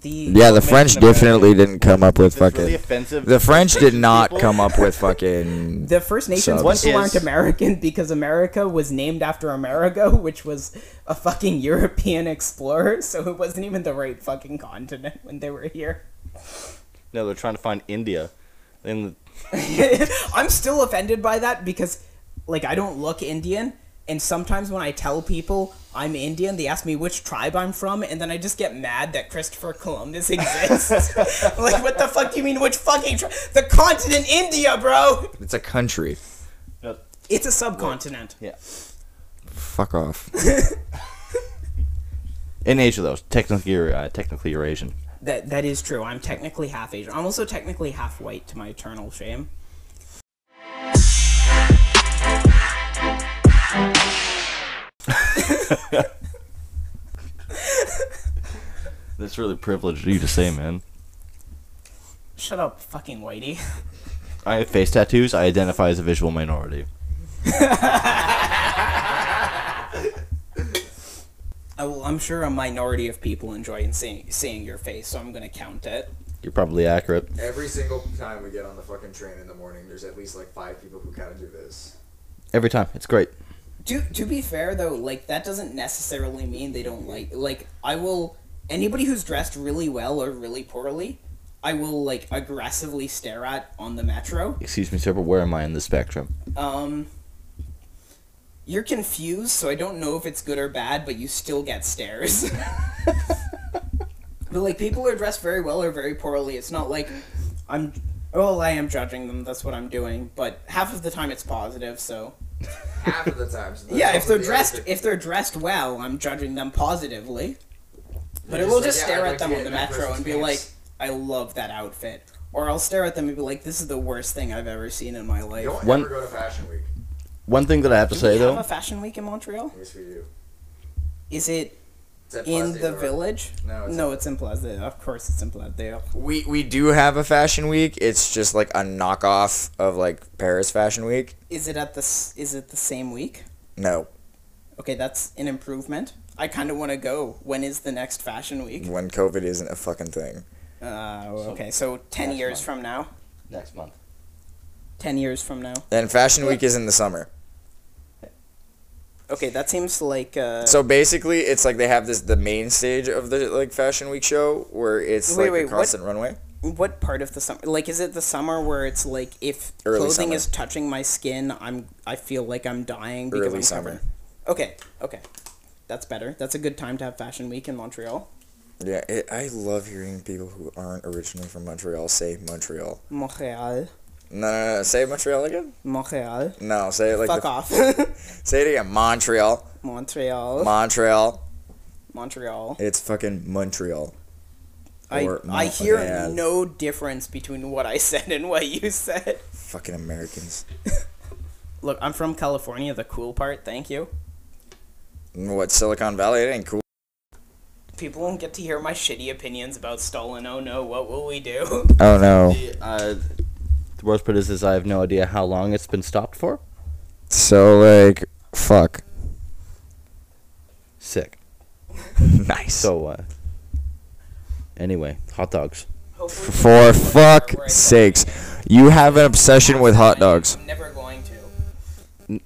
The Yeah, the French American. definitely didn't come up with That's really fucking. offensive. The French did not people. come up with [LAUGHS] fucking. The First Nations Subs. What people aren't is- American because America was named after Amerigo, [LAUGHS] which was a fucking European explorer, so it wasn't even the right fucking continent when they were here. [LAUGHS] No, they're trying to find India. Then I'm still offended by that because, like, I don't look Indian, and sometimes when I tell people I'm Indian, they ask me which tribe I'm from, and then I just get mad that Christopher Columbus [LAUGHS] exists. like, what the fuck do you mean, which fucking tribe? The continent India, bro! It's a country. It's a subcontinent. yeah. Fuck off. In Asia, though, technically you're uh, technically you're Asian. That that is true. I'm technically half Asian. I'm also technically half white to my eternal shame. That's really privileged of you to say, man. Shut up, fucking whitey. [LAUGHS] I have face tattoos. I identify as a visual minority. Oh, well, I'm sure a minority of people enjoy seeing seeing your face, so I'm gonna count it. You're probably accurate. Every single time we get on the fucking train in the morning, there's at least like five people who kind of do this. Every time. It's great. To to be fair though, like that doesn't necessarily mean they don't like like I will anybody who's dressed really well or really poorly, I will like aggressively stare at on the metro. Excuse me, sir, but where am I in the spectrum? Um you're confused, so I don't know if it's good or bad, but you still get stares. [LAUGHS] but like people are dressed very well or very poorly. It's not like I'm well, I am judging them, that's what I'm doing, but half of the time it's positive, so Half of the time. So [LAUGHS] Yeah, if they're dressed if they're dressed well, I'm judging them positively. But I will just stare at them on the metro and be like, I love that outfit. Or I'll stare at them and be like, this is the worst thing I've ever seen in my life. you don't One- ever go to Fashion Week. One thing that I have to Do say we have though, a fashion week in Montreal? Yes, we do. Is it It's at in Plaza the Door. village? No, it's no, it's in Plaza. Of course it's in Plaza. We we do have a fashion week. It's just like a knockoff of like Paris Fashion Week. Is it at the s- is it the same week? No, Okay, that's an improvement. I kind of want to go. When is the next fashion week? when COVID isn't a fucking thing. Uh, okay, so 10 Next years month. from now. next month. 10 years from now. And Fashion Week is in the summer. Okay, that seems like uh So basically, it's like they have this the main stage of the like Fashion Week show where it's Wait, like wait, a what- constant runway. what part of the summer like is it the summer where it's like if Early clothing summer. is touching my skin i'm i feel like i'm dying because Early i'm summer. covered okay okay that's better that's a good time to have fashion week in montreal Yeah, it, I love hearing people who aren't originally from Montreal say Montreal. montreal No, no, no, say Montreal again. montreal No, say it like fuck the, off [LAUGHS] say it again. Montreal, montreal Montreal. montreal It's fucking Montreal. i, Or I hear Montreal. no difference between what i [LAUGHS] said and what you said Fucking Americans. look i'm from california the cool part thank you What Silicon Valley? It ain't cool. people won't get to hear my shitty opinions about stolen oh no what will we do [LAUGHS] Oh no. Uh, the worst part is, is I have no idea how long it's been stopped for. So like, fuck. Sick. [LAUGHS] Nice. So, uh, anyway, hot dogs. Hopefully we For can get to the part fuck where I don't sakes, hate you have an obsession with hot dogs. I'm never going to.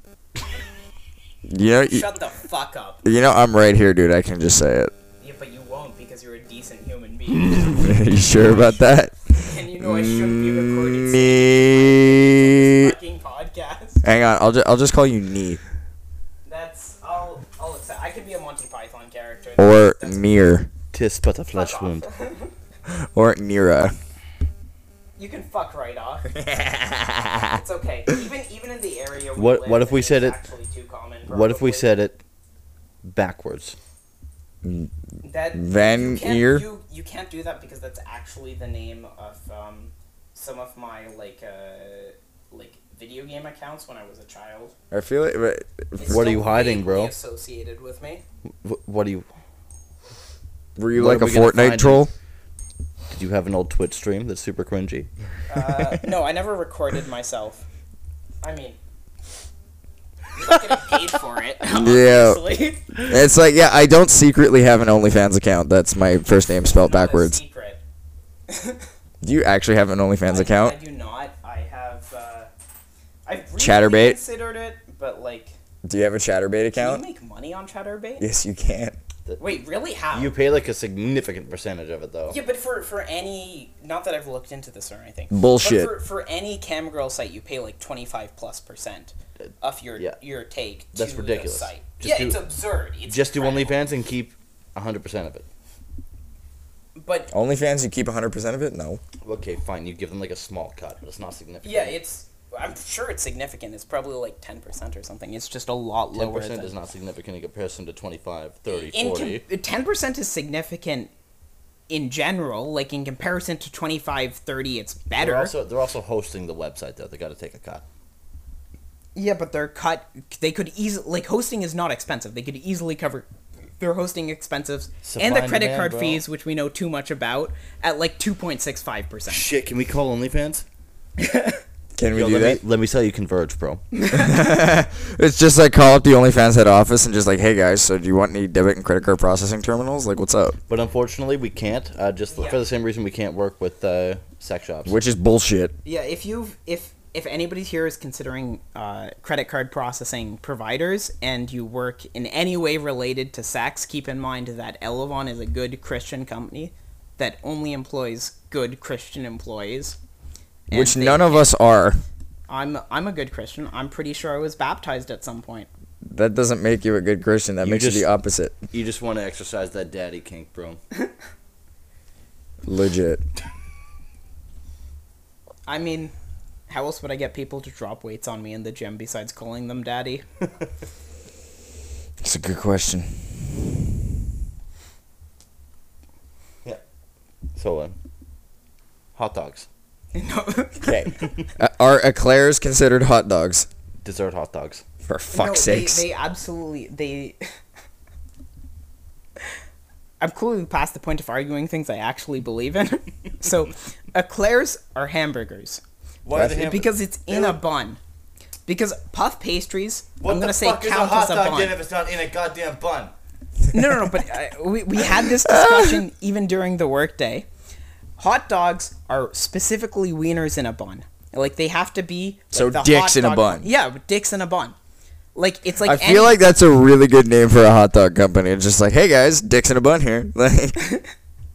Yeah, you, Shut the fuck up. you know I'm right here, dude. I can just say it. Yeah, but you won't because you're a decent human being. [LAUGHS] Are [LAUGHS] you sure about that? and you know I shouldn't be recording this Mm, Me. fucking podcast. Hang on. I'll just I'll just call you knee That's I'll I'll accept. I could be a Monty Python character. or That's- near Tis but a flesh fuck wound. off. [LAUGHS] or Nira. you can fuck right off. It's okay. Even even in the area. We What- live, what if we it's said it- Actually too common, What if we probably. said it backwards? that? Van you can't- ear. You, you can't do that because that's actually the name of um, some of my like uh, like video game accounts when I was a child. I feel it. But It's What are still you hiding, bro? vaguely Associated with me. Wh- what do you? were you What like are a we gonna find Fortnite troll? Did you have an old Twitch stream that's super cringy? [LAUGHS] Uh, no, I never recorded myself. I mean, I'm not getting paid for it. [LAUGHS] Yeah. obviously. It's like yeah. I don't secretly have an OnlyFans account. That's my first name spelled Not a backwards. secret. [LAUGHS] Do you actually have an OnlyFans I- account? I do not. I have. Uh, I've recently Chatterbait? considered it, but like, Do you have a ChatterBait can you account? make money on ChatterBait? Yes, you can. Wait, really? How? You pay like a significant percentage of it, though. Yeah, but for for any not that I've looked into this or anything. Bullshit. But for, for any cam girl site, you pay like twenty five plus percent of your Uh, Yeah. your take. That's to the ridiculous. site. Just yeah, do- it's absurd. It's Just do incredible. OnlyFans and keep 100% of it. But OnlyFans, you keep 100% of it? No. Okay, fine. You give them like a small cut, but it's not significant. yeah, it's I'm sure it's significant. It's probably like 10% or something. It's just a lot Ten lower. percent than- is not significant in comparison to 25, 30, in 40. com- 10% is significant in general. Like in comparison to 25, 30, it's better. They're also they're also hosting the website though. They got to take a cut. Yeah, but they're cut. They could easily like hosting is not expensive. They could easily cover their hosting expenses Supply and the and credit demand, card bro. fees, which we know too much about, at like two point six five percent. Shit, can we call OnlyFans? Can we Yo, do let that? me let me sell you Converge, bro. [LAUGHS] It's just like call up the OnlyFans head office and just like, hey guys, so do you want any debit and credit card processing terminals? Like, what's up? But unfortunately, we can't. Uh, just for the same reason we can't work with uh, sex shops. Which is bullshit. Yeah, if you've if if anybody here is considering uh, credit card processing providers and you work in any way related to sex, keep in mind that Elevon is a good Christian company that only employs good Christian employees. and Which they- none of us are. I'm I'm a good Christian. I'm pretty sure I was baptized at some point. That doesn't make you a good Christian. That You makes just- you the opposite. you just want to exercise that daddy kink, bro. Legit. I mean, how else would I get people to drop weights on me in the gym besides calling them daddy? [LAUGHS] It's a good question. So, uh, hot dogs, no. [LAUGHS] Okay. uh, are eclairs considered hot dogs? dessert hot dogs. For fuck's No, they, sakes. they absolutely they [LAUGHS] I'm clearly past the point of arguing things I actually believe in. [LAUGHS] so, eclairs are hamburgers Why That's- because it's in a bun. Because puff pastries, I'm gonna say count as a bun. it's not in a goddamn bun? No, no, no. But I, we we had this discussion even during the workday. Hot dogs are specifically wieners in a bun. Like they have to be like, So the dicks hot in a dog- bun. Yeah, but dicks in a bun. Like it's like I feel any- like that's a really good name for a hot dog company. It's just like, hey guys, dicks in a bun here. [LAUGHS] [LAUGHS]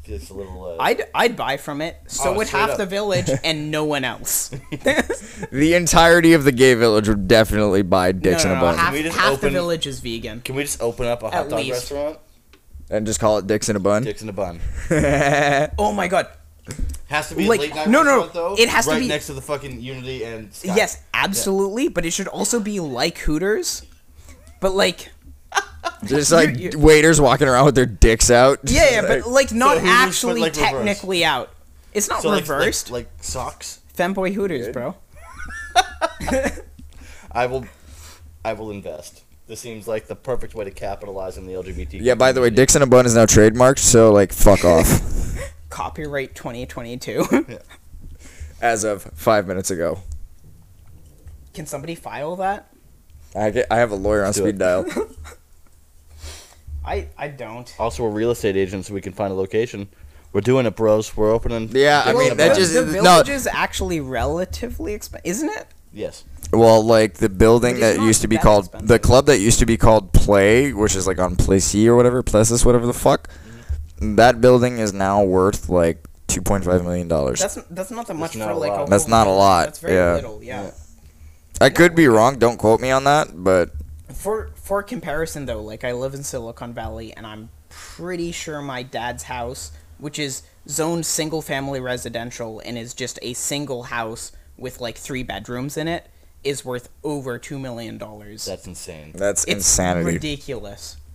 Like, Just a little. Uh, I'd I'd buy from it. So Oh, would straight half up. [LAUGHS] the village and no [LAUGHS] one else. the entirety of the gay village would definitely buy dicks no, in no, a no, bun half, we just half the open- village is vegan. can we just open up a hot At dog least. restaurant? and just call it dicks in a bun. Mm-hmm. Dicks in a bun. [LAUGHS] Oh my god. Has to be Like, late night no, no, restaurant, though. it has to right be- next to the fucking Unity and. Sky. Yes, absolutely. But it should also be like Hooters, but [LAUGHS] like Just like you- waiters walking around with their dicks out. yeah, yeah but like not Hooters, but, actually like, reversed. technically out. It's not So like, like, reversed. like socks. Femboy Hooters, bro. I will, I will invest. This seems like the perfect way to capitalize on the LGBT. Yeah, by the way, community. dicks in a bun is now trademarked, so like [LAUGHS] fuck off. Copyright 2022. As of five minutes ago, [LAUGHS] Can somebody file that? I, get, I have a lawyer on do speed it. dial. I I don't. Also, we're real estate agents, so we can find a location. We're doing it, bros. We're opening. Yeah, I Dicks in mean a that bun. just the no. village is actually relatively expensive, isn't it? Yes. Well, like the building It's that not used to be that called the expensive. club that used to be called Play, which is like on Plessy or whatever, Plessis, whatever the fuck. Mm-hmm. That building is now worth like two point five million dollars. That's that's not that much not for a like a. lot. That's whole not a village. lot, That's very yeah. little. Yeah. I could be wrong. Don't quote me on that, but For for comparison though, like I live in Silicon Valley, and I'm pretty sure my dad's house, which is zoned single family residential and is just a single house with like three bedrooms in it, is worth over two million dollars. That's insane. that's It's insanity. ridiculous. [LAUGHS]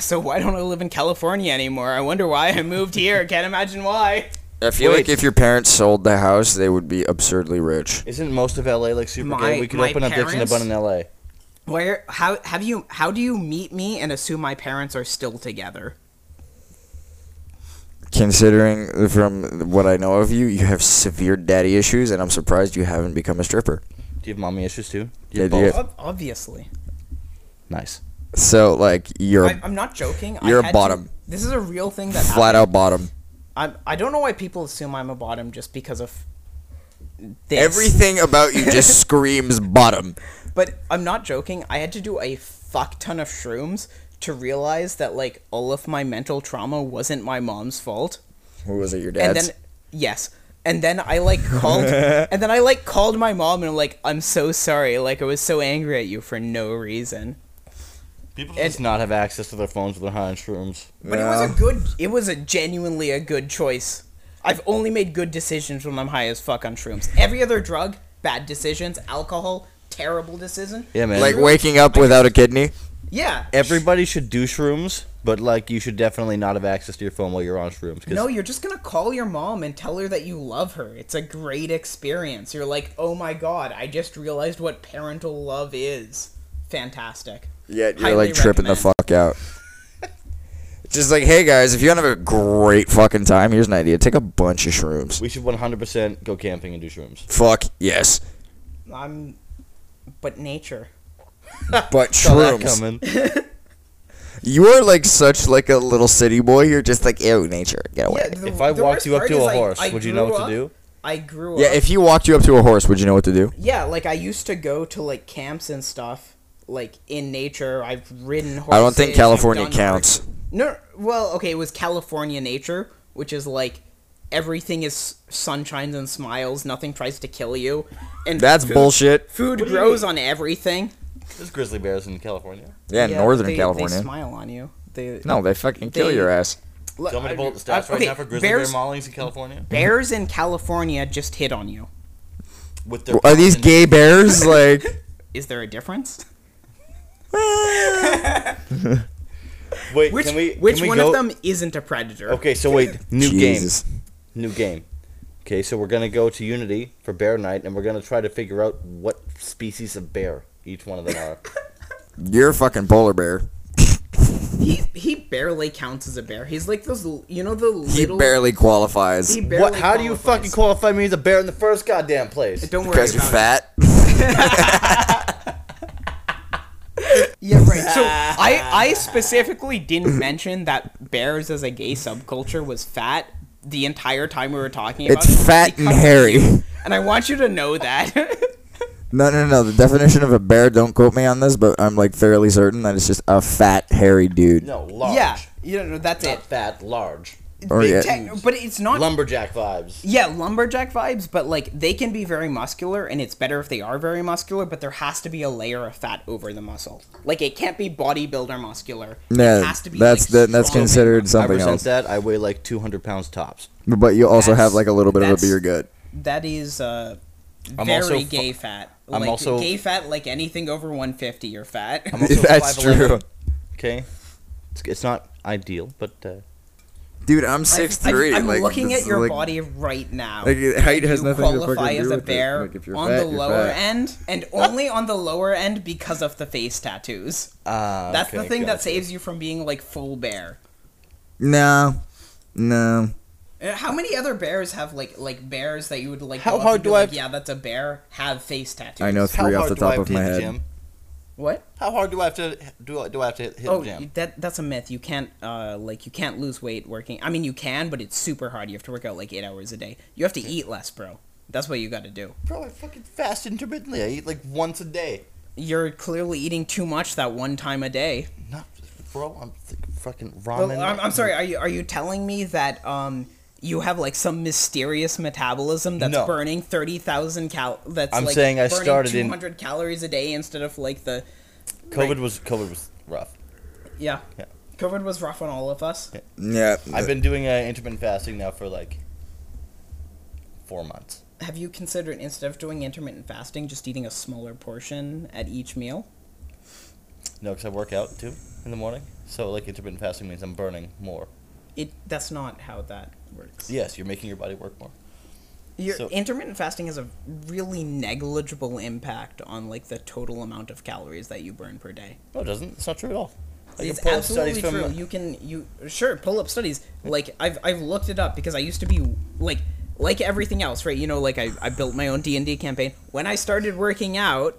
So why don't I live in California anymore? I wonder why I moved here. Can't imagine why. I feel Wait. like if your parents sold the house, they would be absurdly rich. Isn't most of LA like super My- gay? We could my open up dicks in a parents- bun in LA. Where how have you how do you meet me and assume my parents are still together? Considering from what I know of you, you have severe daddy issues, and I'm surprised you haven't become a stripper. Do you have mommy issues too? Yeah, do you- balls? Ob- obviously. Nice. So like you're I, I'm not joking. You're a I had bottom. To, this is a real thing that flat out bottom. I'm, I don't know why people assume I'm a bottom just because of this. Everything about you [LAUGHS] just screams bottom. But I'm not joking. I had to do a fuck ton of shrooms to realize that like all of my mental trauma wasn't my mom's fault. Who was it? Your and dad's. then yes and then [LAUGHS] i like called and then i like called my mom and i'm like i'm so sorry like i was so angry at you for no reason People And- just not have access to their phones when they're high on shrooms. but it was a good it was a genuinely a good choice i've only made good decisions when i'm high as fuck on shrooms every other drug bad decisions, alcohol, terrible decision. Yeah, man. Like waking up without a kidney. Yeah. Everybody should do shrooms, but like you should definitely not have access to your phone while you're on shrooms. 'cause- No, you're just gonna call your mom and tell her that you love her. It's a great experience. You're like, oh my god, I just realized what parental love is. Fantastic. Yet Highly you're like tripping the recommend. fuck [LAUGHS] out. Just like, hey guys, if you want to have a great fucking time, here's an idea. Take a bunch of shrooms. we should 100% go camping and do shrooms. Fuck yes, I'm, but nature. [LAUGHS] but Saw that shrooms. coming. You are like such like a little city boy. You're just like ew, nature, get away. the- If I the walked worst you up part to is a I- horse, I would you know grew what up- to do? I grew Yeah, up. if you walked you up to a horse, would you know what to do? yeah, like I used to go to like camps and stuff, like in nature. I've ridden horses. I don't think I've California done counts. No, well, okay, it was California nature, which is like everything is sunshines and smiles, nothing tries to kill you, and That's food, bullshit. Food grows on everything. There's grizzly bears in California. Yeah, Yeah, Northern they- California. They smile on you. They no, they fucking kill They- your [LAUGHS] ass. Look, Do you want me to I- pull up the stats right I- okay, now for grizzly bears, bear maulings in California? bears in California just hit on you. With their Are these constant- gay [LAUGHS] bears like? Is there a difference? Wait, Which can we? which can we one go- of them isn't a predator? Okay, so wait, new Jesus. game, new game. Okay, so we're gonna go to Unity for Bear Night, and we're gonna try to figure out what species of bear each one of them are. You're a fucking polar bear. He he barely counts as a bear. He's like those l- you know the He little barely qualifies he because barely what? How do you qualifies. fucking qualify me as a bear in the first goddamn place? Don't worry you're about it. fat. Yeah, right. So I, [LAUGHS] I [CLEARS THROAT] specifically didn't mention that bears as a gay subculture was fat the entire time we were talking about It's it, fat and because- hairy. And I want you to know that. [LAUGHS] No, no, no. The definition of a bear. Don't quote me on this, but I'm like fairly certain that it's just a fat, hairy dude. No, large. yeah, you know that's it. not fat, large, Or Big Oh, yeah. tech- but it's not. lumberjack vibes. yeah, lumberjack vibes, but like they can be very muscular, and it's better if they are very muscular. But there has to be a layer of fat over the muscle. Like it can't be bodybuilder muscular. Yeah, it has to be. that's like, the, that's strong. considered I something resent else. that. I weigh like 200 pounds tops. But you also have That's- like a little bit of a that's- beer gut. That is uh, I'm very also fu- gay fat. I'm like, also- gay fat. Like anything over 150, you're fat. [LAUGHS] [LAUGHS] also That's 5'11". true, Okay, it's, it's not ideal, but uh, dude. I'm six three. I'm, I'm like, looking this at is, your like- body right now. like, height Oh. You has nothing to qualify fucking as do a with it. bear Like, if you're on fat, the you're lower fat. end, [LAUGHS] and only on the lower end because of the face tattoos. ah, That's the okay, thing that gotcha. saves you from being like full bear. No, no. Uh, How many other bears have like like bears that you would like? How go up hard and be do I- like, Yeah, that's a bear. Have face tattoos. I know How three off hard the do I top have of to my hit the head. gym? What? How hard do I have to do? I, do I have to hit, hit Oh, the gym? that that's a myth. You can't uh like you can't lose weight working. I mean, you can, but it's super hard. You have to work out like eight hours a day. You have to eat less, bro. That's what you got to do. Bro, I fucking fast intermittently. I eat like once a day. You're clearly eating too much that one time a day. Not, bro. I'm like fucking Well, ramen. I'm, I'm sorry. Are you are you telling me that um you have like some mysterious metabolism that's No. burning thirty thousand cal? That's I'm like, saying I burning started in- 200 calories a day instead of like the COVID was COVID was rough. yeah. Yeah. COVID was rough on all of us. Yeah, I've been doing uh, intermittent fasting now for like four months. Have you considered instead of doing intermittent fasting, just eating a smaller portion at each meal? No, because I work out too in the morning. So like intermittent fasting means I'm burning more. It that's not how that works. Yes, you're making your body work more. Your so- intermittent fasting has a really negligible impact on like the total amount of calories that you burn per day. No, it doesn't. It's not true at all. I can it's pull up studies absolutely from- true. You can you sure pull up studies. Like I've I've looked it up because I used to be like like everything else, right? You know, like I, I built my own D and D campaign. When I started working out,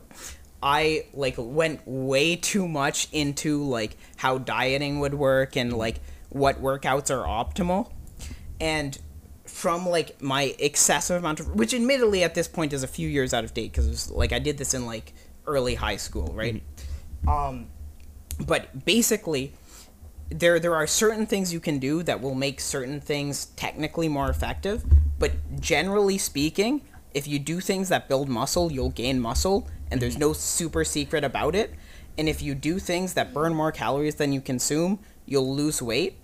I like went way too much into like how dieting would work and like what workouts are optimal. And from like my excessive amount of which admittedly at this point is a few years out of date because like I did this in like early high school, right? Um but basically there there are certain things you can do that will make certain things technically more effective but generally speaking if you do things that build muscle you'll gain muscle and there's no super secret about it and if you do things that burn more calories than you consume you'll lose weight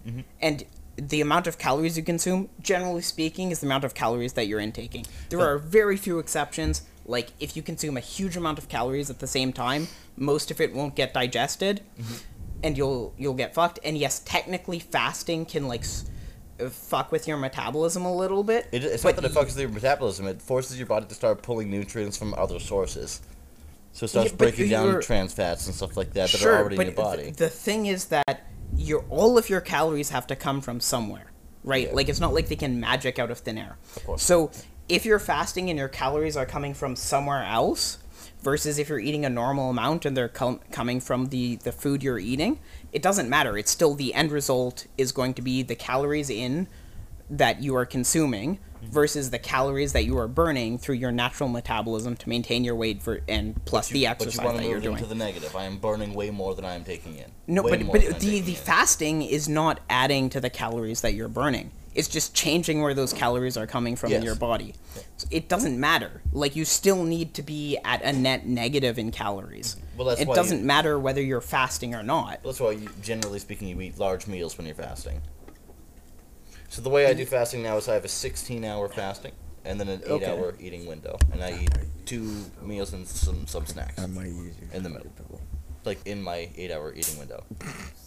and the amount of calories you consume generally speaking is the amount of calories that you're intaking there are very few exceptions Like if you consume a huge amount of calories at the same time, most of it won't get digested, and you'll you'll get fucked. And yes, technically fasting can like s- uh, fuck with your metabolism a little bit. It, it's not but that it y- fucks with your metabolism. It forces your body to start pulling nutrients from other sources. So it starts Yeah, but breaking down you're- trans fats and stuff like that that sure, are already in but your body. th- the thing is that your all of your calories have to come from somewhere, right? Yeah. Like it's not like they can magic out of thin air. Of course. So if you're fasting and your calories are coming from somewhere else, versus if you're eating a normal amount and they're com- coming from the the food you're eating, it doesn't matter. It's still the end result is going to be the calories in that you are consuming Mm-hmm. versus the calories that you are burning through your natural metabolism to maintain your weight for, and plus the but exercise you want that to you're move doing. into the negative. I am burning way more than I am taking in. No, Way but, more than I'm but the, taking the in. fasting is not adding to the calories that you're burning. It's just changing where those calories are coming from in Yes. your body. So it doesn't matter. Like you still need to be at a net negative in calories. Well, that's it why you- doesn't matter whether you're fasting or not. That's why, you, generally speaking, you eat large meals when you're fasting. So the way I do fasting now is I have a 16-hour fasting and then an Mm. Okay. eight-hour eating window, and I eat two meals and some some snacks Um. might use your in the middle, like in my eight-hour eating window,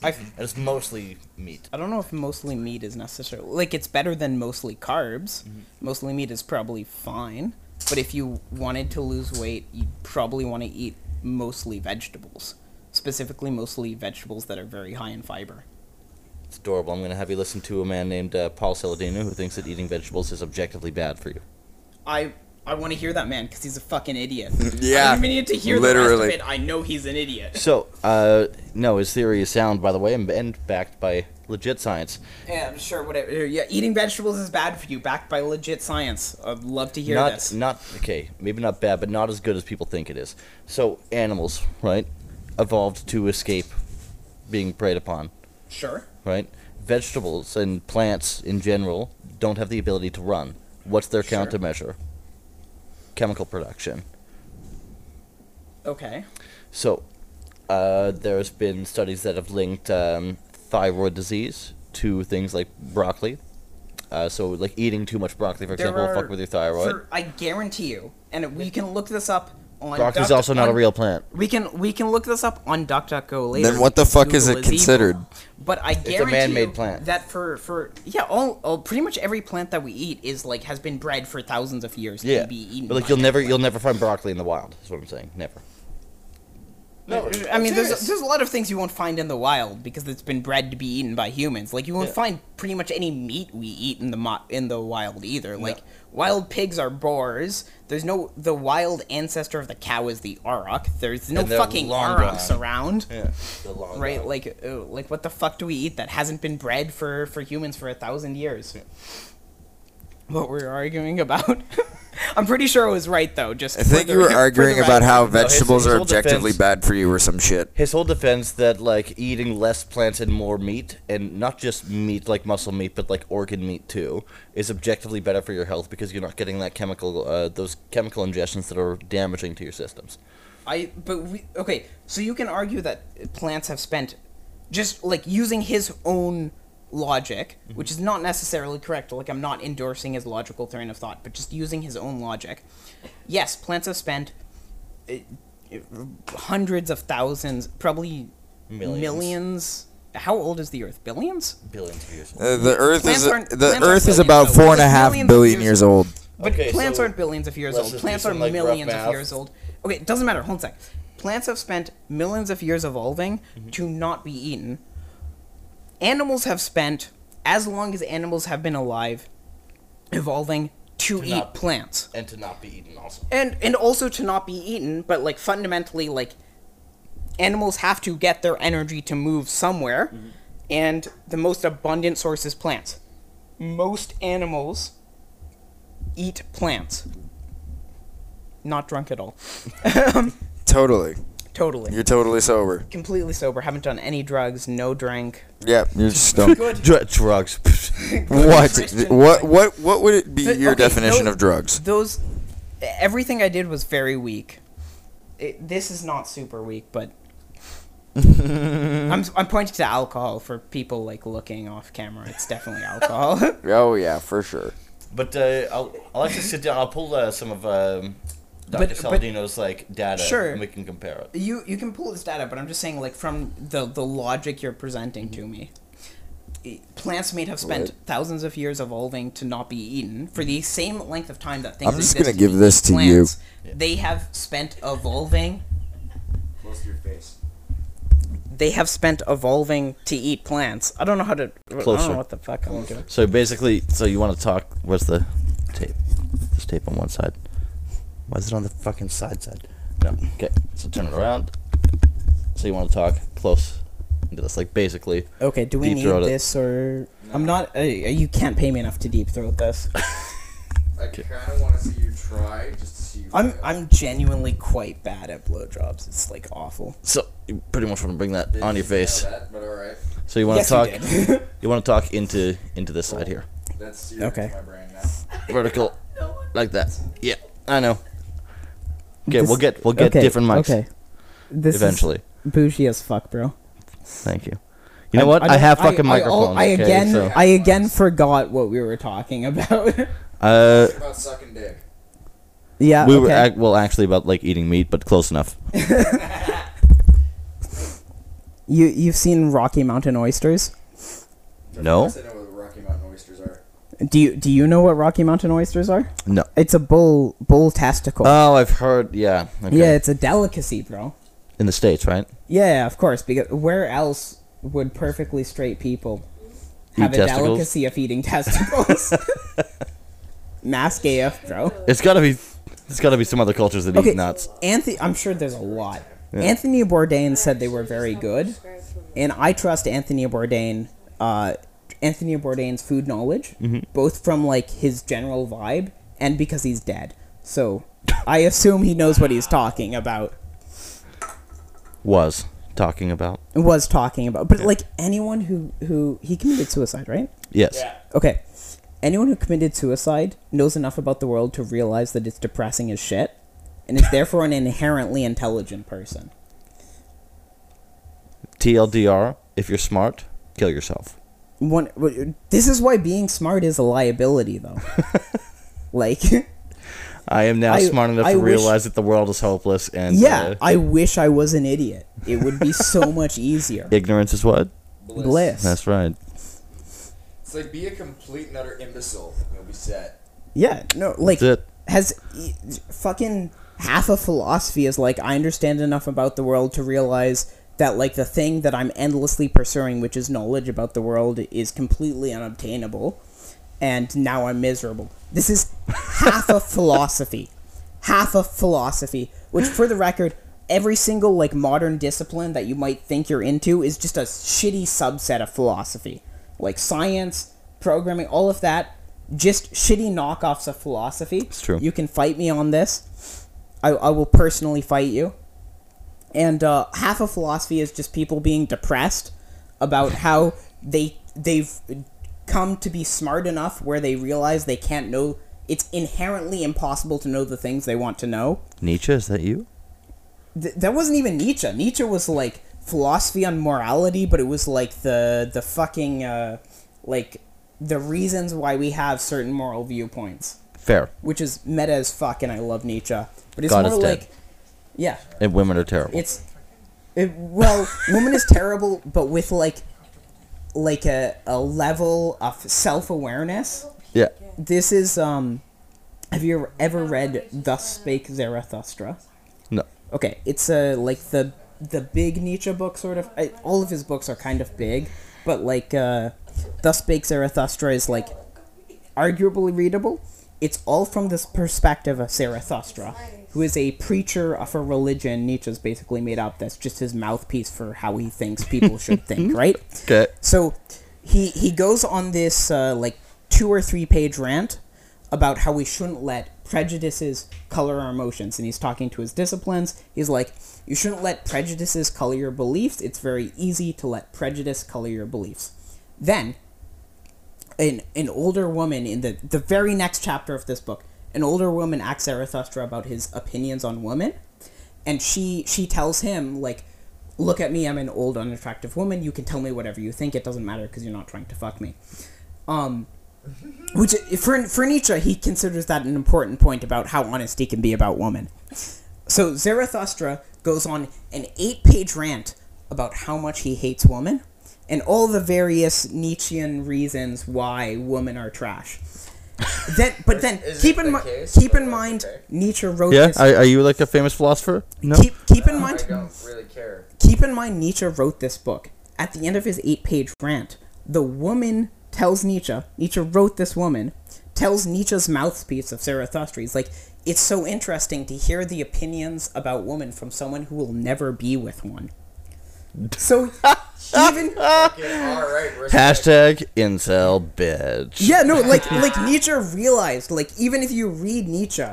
I and it's mostly meat. I don't know if mostly meat is necessary. Like it's better than mostly carbs. Mm-hmm. Mostly meat is probably fine, but if you wanted to lose weight, you probably want to eat mostly vegetables. Specifically mostly vegetables that are very high in fiber. It's adorable. I'm going to have you listen to a man named uh, Paul Saladino who thinks that eating vegetables is objectively bad for you. I I want to hear that man because he's a fucking idiot. Yeah, I don't even need to hear the literally. rest of it. I know he's an idiot. So, uh, no, his theory is sound, by the way, and- and backed by legit science. Yeah, I'm sure. Whatever. Uh, Yeah, eating vegetables is bad for you. Backed by legit science. I'd love to hear not, this. Not okay, maybe not bad, but not as good as people think it is. So animals, right, evolved to escape being preyed upon, sure. right? Vegetables and plants in general don't have the ability to run. What's their Sure. countermeasure? Chemical production. Okay. So uh, there's been studies that have linked um, thyroid disease to things like broccoli. Uh, so like eating too much broccoli, for There example, will are- fuck with your thyroid. For, I guarantee you, and we can look this up on. Broccoli's Duck- also not a on- real plant. We can we can look this up on DuckDuckGo later. Then what the because fuck is Google it evil. considered? But I guarantee man-made you plant. that for for yeah, all, all pretty much every plant that we eat is like has been bred for thousands of years Yeah, to be eaten. but like by you'll that never plant. you'll never find broccoli in the wild. Is what I'm saying. Never. No, I mean, there's there's a lot of things you won't find in the wild because it's been bred to be eaten by humans. Like you won't Yeah. find pretty much any meat we eat in the mo- in the wild either. Like wild pigs are boars. There's no the wild ancestor of the cow is the auroch. There's no And they're fucking long aurochs gone. around. Yeah. The long Right, dog. like, uh, like what the fuck do we eat that hasn't been bred for, for humans for a thousand years? What we're arguing about? [LAUGHS] I'm pretty sure I was right though. Just I think you were arguing about how vegetables his are whole objectively defense- bad for you or some shit. his whole defense that like eating less plants and more meat, and not just meat like muscle meat, but like organ meat too, is objectively better for your health because you're not getting that chemical uh, those chemical ingestions that are damaging to your systems. I but we okay. So you can argue that plants have spent just like using his own logic, which is not necessarily correct. Like I'm not endorsing his logical train of thought, but just using his own logic. Yes, plants have spent uh, uh, hundreds of thousands, probably Millions. millions. How old is the Earth? Billions. Billions of years. Uh, the Earth Plants is aren't- the plants Earth aren't is billions, about though. four and a It's half millions of billion years years old. But Okay, plants so aren't billions of years let's old. just do Plants are some, like, rough millions of math. years old. Okay, it doesn't matter. Hold on a sec. Plants have spent millions of years evolving Mm-hmm. to not be eaten. Animals have spent as long as animals have been alive evolving to, To eat not- plants. And to not be eaten also. And and also to not be eaten, but like fundamentally like animals have to get their energy to move somewhere, and the most abundant source is plants. Most animals eat plants. Not drunk at all. [LAUGHS] Um, Totally, Totally. you're totally sober. Completely sober. Haven't done any drugs. No drink. Yeah, you're just stoned. Good. Dr- drugs. [LAUGHS] What? Christian What? What? What would it be Th- your okay, definition no- of drugs? Those. Everything I did was very weak. It, this is not super weak, but. I'm, I'm pointing to alcohol for people like looking off camera. It's definitely alcohol. [LAUGHS] Oh yeah, for sure. But uh, I'll, I'll actually sit down. I'll pull uh, some of um, Dr. But- but- Saladino's like data. Sure. And we can compare it. You you can pull this data, but I'm just saying, like from the the logic you're presenting to me, i- plants may have spent thousands of years evolving to not be eaten for the same length of time that things. I'm just exist gonna to give eat this to you. plants. They have spent evolving. Close to your face. They have spent evolving to eat plants. I don't know how to. I don't Closer. know what the fuck I'm doing. So basically, so you want to talk? Where's the tape? This tape on one side. Why is it on the fucking side side? No. Okay. So turn it around. So you want to talk close into this, like basically. Okay, do we Deep need throat it. this or I'm not? Uh, you can't pay me enough to deep throat this. I kind of want to see you try just to see you. I'm fail. I'm genuinely quite bad at blowjobs. It's like awful. So you pretty much want to bring that Didn't on your fail face. that, but all right. So you want Yes, to you talk. You, did. want to talk into into this side here, That's you're into Okay. my brain now. vertical, like that. Yeah, I know. Okay, we'll get we'll [LAUGHS] get okay, different mics Okay. This eventually. is bougie as fuck, bro. Thank you. You know what? I, don't- have fucking I- I all- microphones. I, okay, again, so- [LAUGHS] I again forgot what we were talking [LAUGHS] about. uh, about sucking dick. yeah. we Ah, okay. were ac- well actually about like eating meat, but close enough. you you've seen Rocky Mountain oysters? Of Oh. No. course I know what the Rocky Mountain oysters are. Do you do you know what Rocky Mountain oysters are? No. It's a bull bull testicle. Oh, I've heard. Yeah. Okay. Yeah, it's a delicacy, bro. In the states, right? Yeah, of course. Because where else would perfectly straight people Eat have a testicles? delicacy of eating [LAUGHS] [LAUGHS] testicles? Mask AF, bro. It's gotta be. It's gotta be some other cultures that eat nuts. Anthony, I'm sure there's a lot. Anthony Bourdain said they were very good, and I trust Anthony Bourdain. Uh, Anthony Bourdain's food knowledge, both from like his general vibe and because he's dead. So I assume he knows what he's talking about. Was talking about. Was talking about, but like anyone who who he committed suicide, right? Yes. Okay. Anyone who committed suicide knows enough about the world to realize that it's depressing as shit, and is therefore an inherently intelligent person. TLDR: If you're smart, kill yourself. one w- this is why being smart is a [LAUGHS] liability though like I am now I- smart enough I to wish- realize that the world is hopeless and yeah uh, i wish i was an idiot it would be so [LAUGHS] much easier ignorance is what. Bliss. bliss That's right. It's like be a complete and utter imbecile. and You'll be set. yeah no like That's it. has e- fucking half of philosophy is like i understand enough about the world to realize that like the thing that i'm endlessly pursuing which is knowledge about the world is completely unobtainable and now i'm miserable this is half of philosophy half of philosophy which for the record every single like modern discipline that you might think you're into is just a shitty subset of philosophy like science programming all of that just shitty knockoffs of philosophy it's true. you can fight me on this i, I will personally fight you and uh, half of philosophy is just people being depressed [LAUGHS] about how they they've come to be smart enough where they realize they can't know it's inherently impossible to know the things they want to know Nietzsche, is that you? Th- that wasn't even nietzsche nietzsche was like philosophy on morality but it was like the the fucking uh, like the reasons why we have certain moral viewpoints Fair. which is meta as fuck and i love nietzsche but it's God more is dead. like yeah And women are terrible. it's it, well, woman is terrible, but with like like a a level of self awareness. yeah. This is um. Have you ever read "Thus Spake Zarathustra"? No. Okay, it's uh, like the the big Nietzsche book, sort of. I, all of his books are kind of big, but like uh, "Thus Spake Zarathustra" is like arguably readable. It's all from this perspective of Zarathustra, who is a preacher of a religion Nietzsche's basically made up. That's just his mouthpiece for how he thinks people should think, right? Okay. So he he goes on this uh, like two or three page rant about how we shouldn't let prejudices color our emotions, and he's talking to his disciplines. He's like, you shouldn't let prejudices color your beliefs. It's very easy to let prejudice color your beliefs. Then an an older woman in the the very next chapter of this book an older woman asks zarathustra about his opinions on women and she she tells him like look at me i'm [LAUGHS] an old unattractive woman you can tell me whatever you think it doesn't matter because you're not trying to fuck me um Which for for Nietzsche, he considers that an important point about how honest he can be about women. So Zarathustra goes on an eight-page rant about how much he hates women and all the various Nietzschean reasons why women [LAUGHS] are trash. then, but then Is keep it in the mi- case? keep in Okay. mind Nietzsche wrote Yeah, this. are, are you like a famous philosopher? No. Keep keep in I mind don't really care. keep in mind Nietzsche wrote this book. At the end of his eight page rant, the woman tells Nietzsche, Nietzsche wrote this woman, tells Nietzsche's mouthpiece of Zarathustra, he's like, it's so interesting to hear the opinions about women from someone who will never be with one. So even all right, we're Hashtag incel bitch. Yeah, no, like like Nietzsche realized, like even if you read Nietzsche,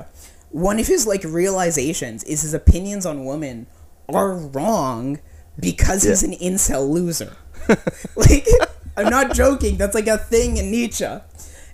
one of his like realizations is his opinions on women are wrong because he's an incel loser. [LAUGHS] like I'm not joking, that's like a thing in Nietzsche.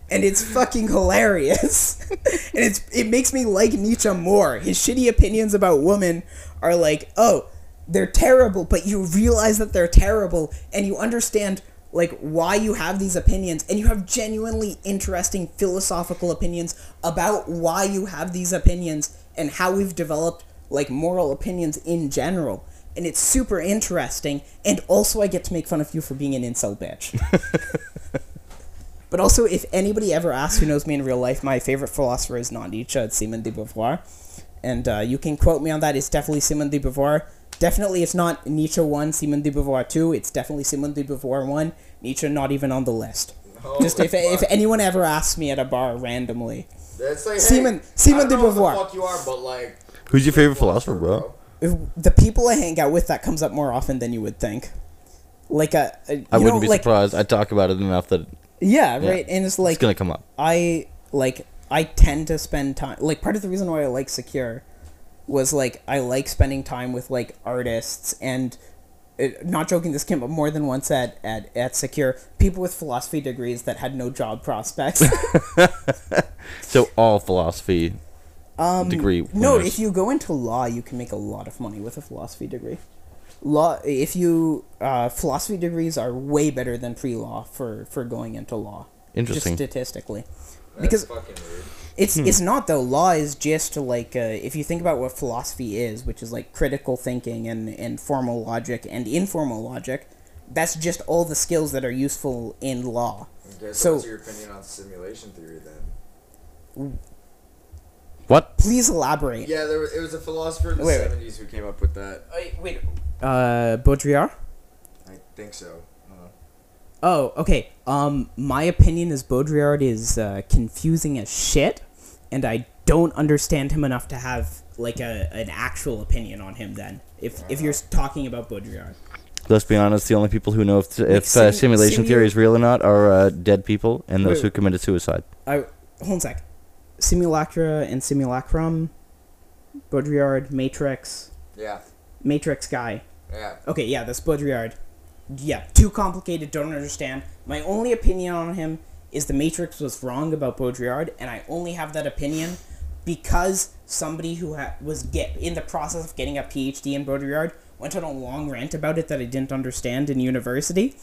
And it's fucking hilarious. [LAUGHS] and it's it makes me like Nietzsche more. His shitty opinions about women are like, oh, they're terrible, but you realize that they're terrible and you understand like why you have these opinions and you have genuinely interesting philosophical opinions about why you have these opinions and how we've developed like moral opinions in general and it's super interesting and also i get to make fun of you for being an insult bitch [LAUGHS] but also if anybody ever asks who knows me in real life my favorite philosopher is not nietzsche it's simon de beauvoir and uh, you can quote me on that it's definitely simon de beauvoir definitely it's not nietzsche 1 simon de beauvoir 2 it's definitely simon de beauvoir 1 nietzsche not even on the list just if, if anyone ever asks me at a bar randomly That's like Seaman- hey, Seaman I don't de know what the Beauvoir. fuck you are, but like Who's your favorite philosopher, bro? if the people I hang out with, that comes up more often than you would think. Like a, a you I wouldn't know, be like, surprised. I talk about it enough that Yeah, Yeah. right. And it's like it's gonna come up. I like I tend to spend time like part of the reason why I like Secure was like I like spending time with like artists and it, not joking this came up more than once at at at Secure people with philosophy degrees that had no job prospects. [LAUGHS] So all philosophy degree. Um, no, winners. if you go into law, you can make a lot of money with a philosophy degree. Law, if you uh, philosophy degrees are way better than pre-law for for going into law. Interesting. Just statistically, that's because fucking weird. it's it's not though. Law is just like uh, if you think about what philosophy is, which is like critical thinking and and formal logic and informal logic. That's just all the skills that are useful in law. Okay, so, So- what's your opinion on simulation theory then? what? Please elaborate. Yeah, there was, it was a philosopher in the Wait, wait. seventies who came up with that. Wait, wait. Uh, Baudrillard. I think so. I don't know. Oh, okay. Um, my opinion is Baudrillard is uh, confusing as shit, and I don't understand him enough to have like a an actual opinion on him. Then, if if you're talking about Baudrillard, Let's be honest. The only people who know if, if sim- uh, simulation simu- theory is real or not are uh, dead people and those Wait. who committed suicide. I hold on a sec. Simulacra and simulacrum, Baudrillard, Matrix, Yeah, Matrix guy. yeah. Okay, yeah, that's Baudrillard. Yeah, too complicated, don't understand. My only opinion on him is the Matrix was wrong about Baudrillard, and I only have that opinion because somebody who ha- was get in the process of getting a PhD in Baudrillard went on a long rant about it that I didn't understand in university,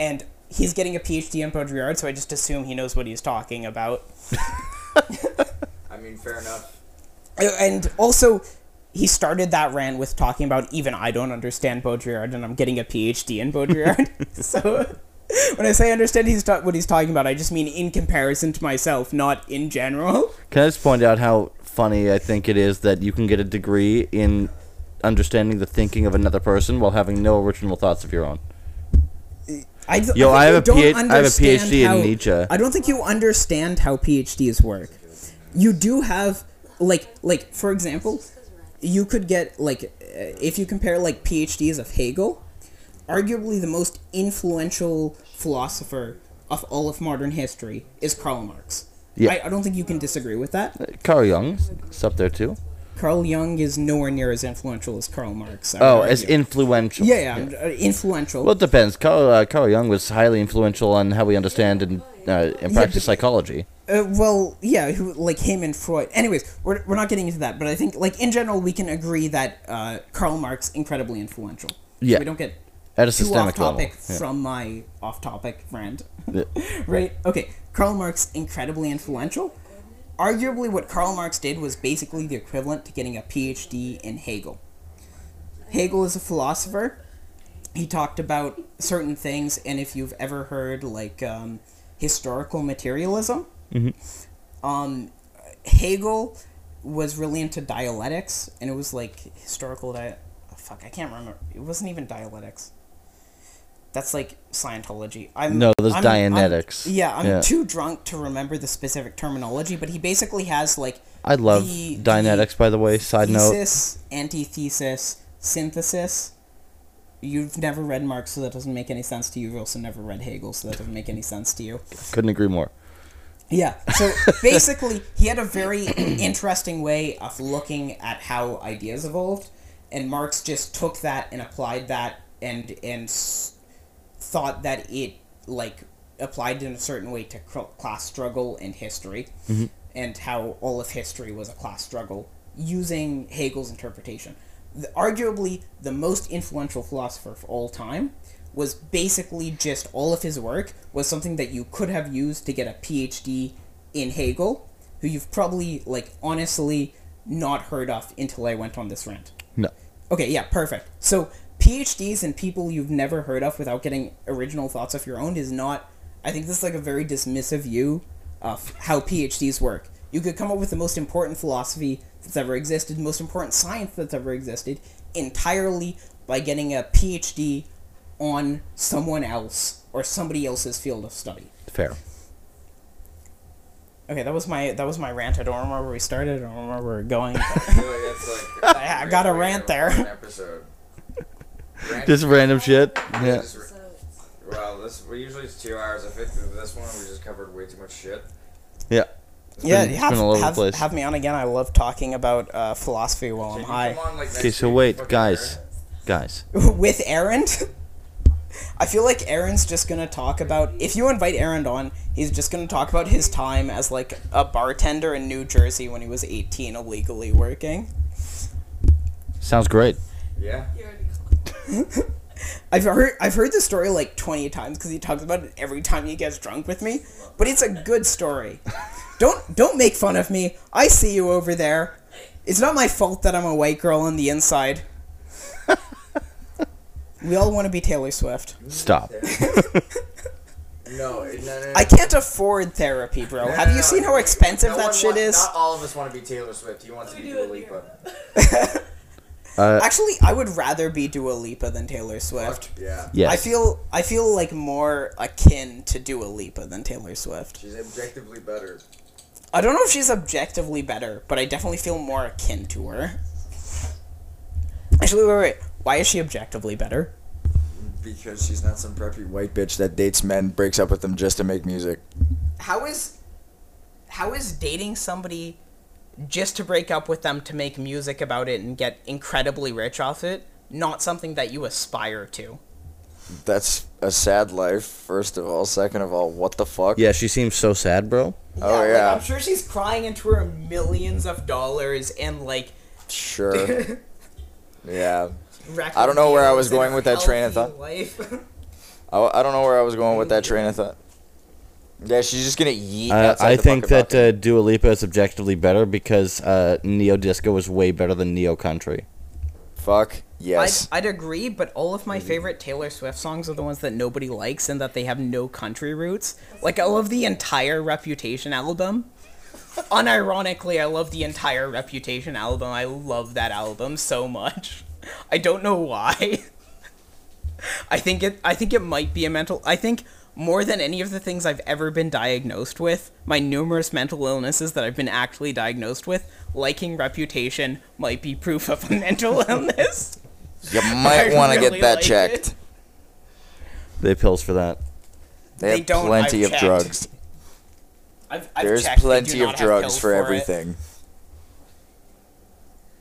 and he's getting a PhD in Baudrillard, so I just assume he knows what he's talking about. I mean, fair enough. Uh, and also he started that rant with talking about even I don't understand Baudrillard and I'm getting a PhD in Baudrillard. [LAUGHS] so when I say I understand he's ta- what he's talking about, I just mean in comparison to myself, not in general. Can I just point out how funny I think it is that you can get a degree in understanding the thinking of another person while having no original thoughts of your own? I, d- Yo, think I have you a don't PhD I have a understand PhD in how- Nietzsche. I don't think you understand how PhDs work. You do have like like for example, you could get like uh, if you compare like PhDs of Hegel, arguably the most influential philosopher of all of modern history is Karl Marx. Yeah. I, I don't think you can disagree with that. Carl Jung is up there too. Carl Jung is nowhere near as influential as Karl Marx. I would Oh, as argue. influential. yeah, yeah, uh, influential. Well, it depends. Carl, uh, Carl Jung was highly influential on how we understand and, uh, and practice but- psychology. Uh, well, yeah, who, like him and Freud. Anyways, we're, we're not getting into that, but I think, like, in general, we can agree that uh, Karl Marx, incredibly influential. Yeah. We don't get At a too off systemic level. topic from my off topic friend. [LAUGHS] right? Okay. Karl Marx incredibly influential. Arguably what Karl Marx did was basically the equivalent to getting a PhD in Hegel. Hegel is a philosopher. He talked about certain things and if you've ever heard like um, historical materialism, Mm-hmm. um, Hegel was really into dialectics, and it was like historical di. Fuck, I can't remember. It wasn't even dialectics. That's like Scientology. I'm No, there's I'm- I'm- Dianetics. yeah, I'm Yeah. too drunk to remember the specific terminology, but he basically has like I love Dianetics, by the way. Side note. thesis, antithesis, synthesis. You've never read Marx, so that doesn't make any sense to you. You've also never read Hegel, so that doesn't make any sense to you. Couldn't agree more. Yeah. So basically, he had a very [CLEARS THROAT] interesting way of looking at how ideas evolved, and Marx just took that and applied that and and s- thought that it like applied in a certain way to cl- class struggle and history, and how all of history was a class struggle using Hegel's interpretation. The, arguably, the most influential philosopher of all time was basically just all of his work was something that you could have used to get a PhD in Hegel, who you've probably like honestly not heard of until I went on this rant. No. Okay, yeah, perfect. So PhDs and people you've never heard of without getting original thoughts of your own is not. I think this is like a very dismissive view of how PhDs work. You could come up with the most important philosophy that's ever existed, the most important science that's ever existed, entirely by getting a PhD on someone else or somebody else's field of study. Fair. Okay, that was my that was my rant. I don't remember where we started. I don't remember where we're [LAUGHS] going. I feel like that's like. [LAUGHS] I got a rant there. An episode. Rant- Just random shit. Yeah. Just- well, this we usually it's two hours. I think that this one we just covered way too much shit. Yeah. Yeah, been- it's have, been all over the have, place. have me on again. I love talking about uh, philosophy while Can I'm you high. come on, like, next Okay, so week, wait, fucking guys. Eric? Guys. [LAUGHS] With Aaron? I feel like Aaron's just gonna talk about. If you invite Aaron on, he's just gonna talk about his time as like a bartender in New Jersey when he was 18 illegally working. Sounds great. Yeah. I've heard I've heard this story like 20 times because he talks about it every time he gets drunk with me. But it's a [LAUGHS] good story. don't don't make fun of me. I see you over there. It's not my fault that I'm a white girl on [LAUGHS] the inside. we all want to be Taylor Swift. Stop. No, no, no, no. I can't afford therapy, bro. No, Have no, you seen no. how expensive No that one shit want- is? Not all of us want to be Taylor Swift. He wants to be Dua Lipa. [LAUGHS] Actually, I would rather be Dua Lipa than Taylor Swift. Yeah. Yes. I feel I feel like more akin to Dua Lipa than Taylor Swift. She's objectively better. I don't know if she's objectively better, but I definitely feel more akin to her. Actually, wait, wait. Why is she objectively better? Because she's not some preppy white bitch that dates men, breaks up with them just to make music. How is how is dating somebody just to break up with them to make music about it and get incredibly rich off it not something that you aspire to? That's a sad life, first of all. Second of all, what the fuck? Yeah, she seems so sad, bro. Oh, like, yeah. I'm sure she's crying into her millions of dollars and [COUGHS] like [LAUGHS] [LAUGHS] Sure. yeah. I don't know where I was going with that train of thought. [LAUGHS] I, I don't know where I was going with that train of thought. Yeah, she's just gonna yeet. Uh, outside I the think fucking that balcony. uh, Dua Lipa is objectively better because uh, neo disco is way better than neo country. uh, Fuck yes. I'd, I'd agree, but all of my favorite Taylor Swift songs are the ones that nobody likes and that they have no country roots. Like, I love the entire Reputation album. Unironically, I love the entire Reputation album. I love that album so much. [LAUGHS] I don't know why. [LAUGHS] I think it. I think it might be a mental. I think more than any of the things I've ever been diagnosed with, my numerous mental illnesses that I've been actually diagnosed with, liking Reputation might be proof of a mental [LAUGHS] illness. you might [LAUGHS] I want to really get that like checked. it. They have pills for that. They, They have don't, plenty I've of checked. drugs. I've, I've There's checked, they do plenty not of have drugs pills for, it. everything.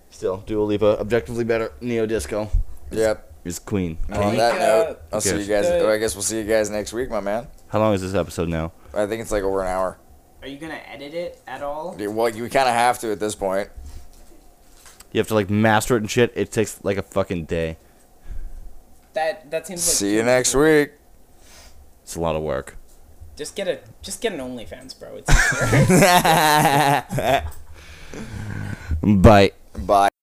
Still, Dua Lipa objectively better. Neo disco Yep. is queen. And on Pink, that uh, note, I'll see you Pink, guys. uh, Or I guess we'll see you guys next week, my man. How long is this episode now? I think it's like over an hour. Are you gonna edit it at all? Yeah, Well, you kind of have to at this point. You have to like master it and shit. It takes like a fucking day. That that seems like See you next week. It's a lot of work. Just get a just get an OnlyFans, [LAUGHS] bro. It's easier. Bye. Bye.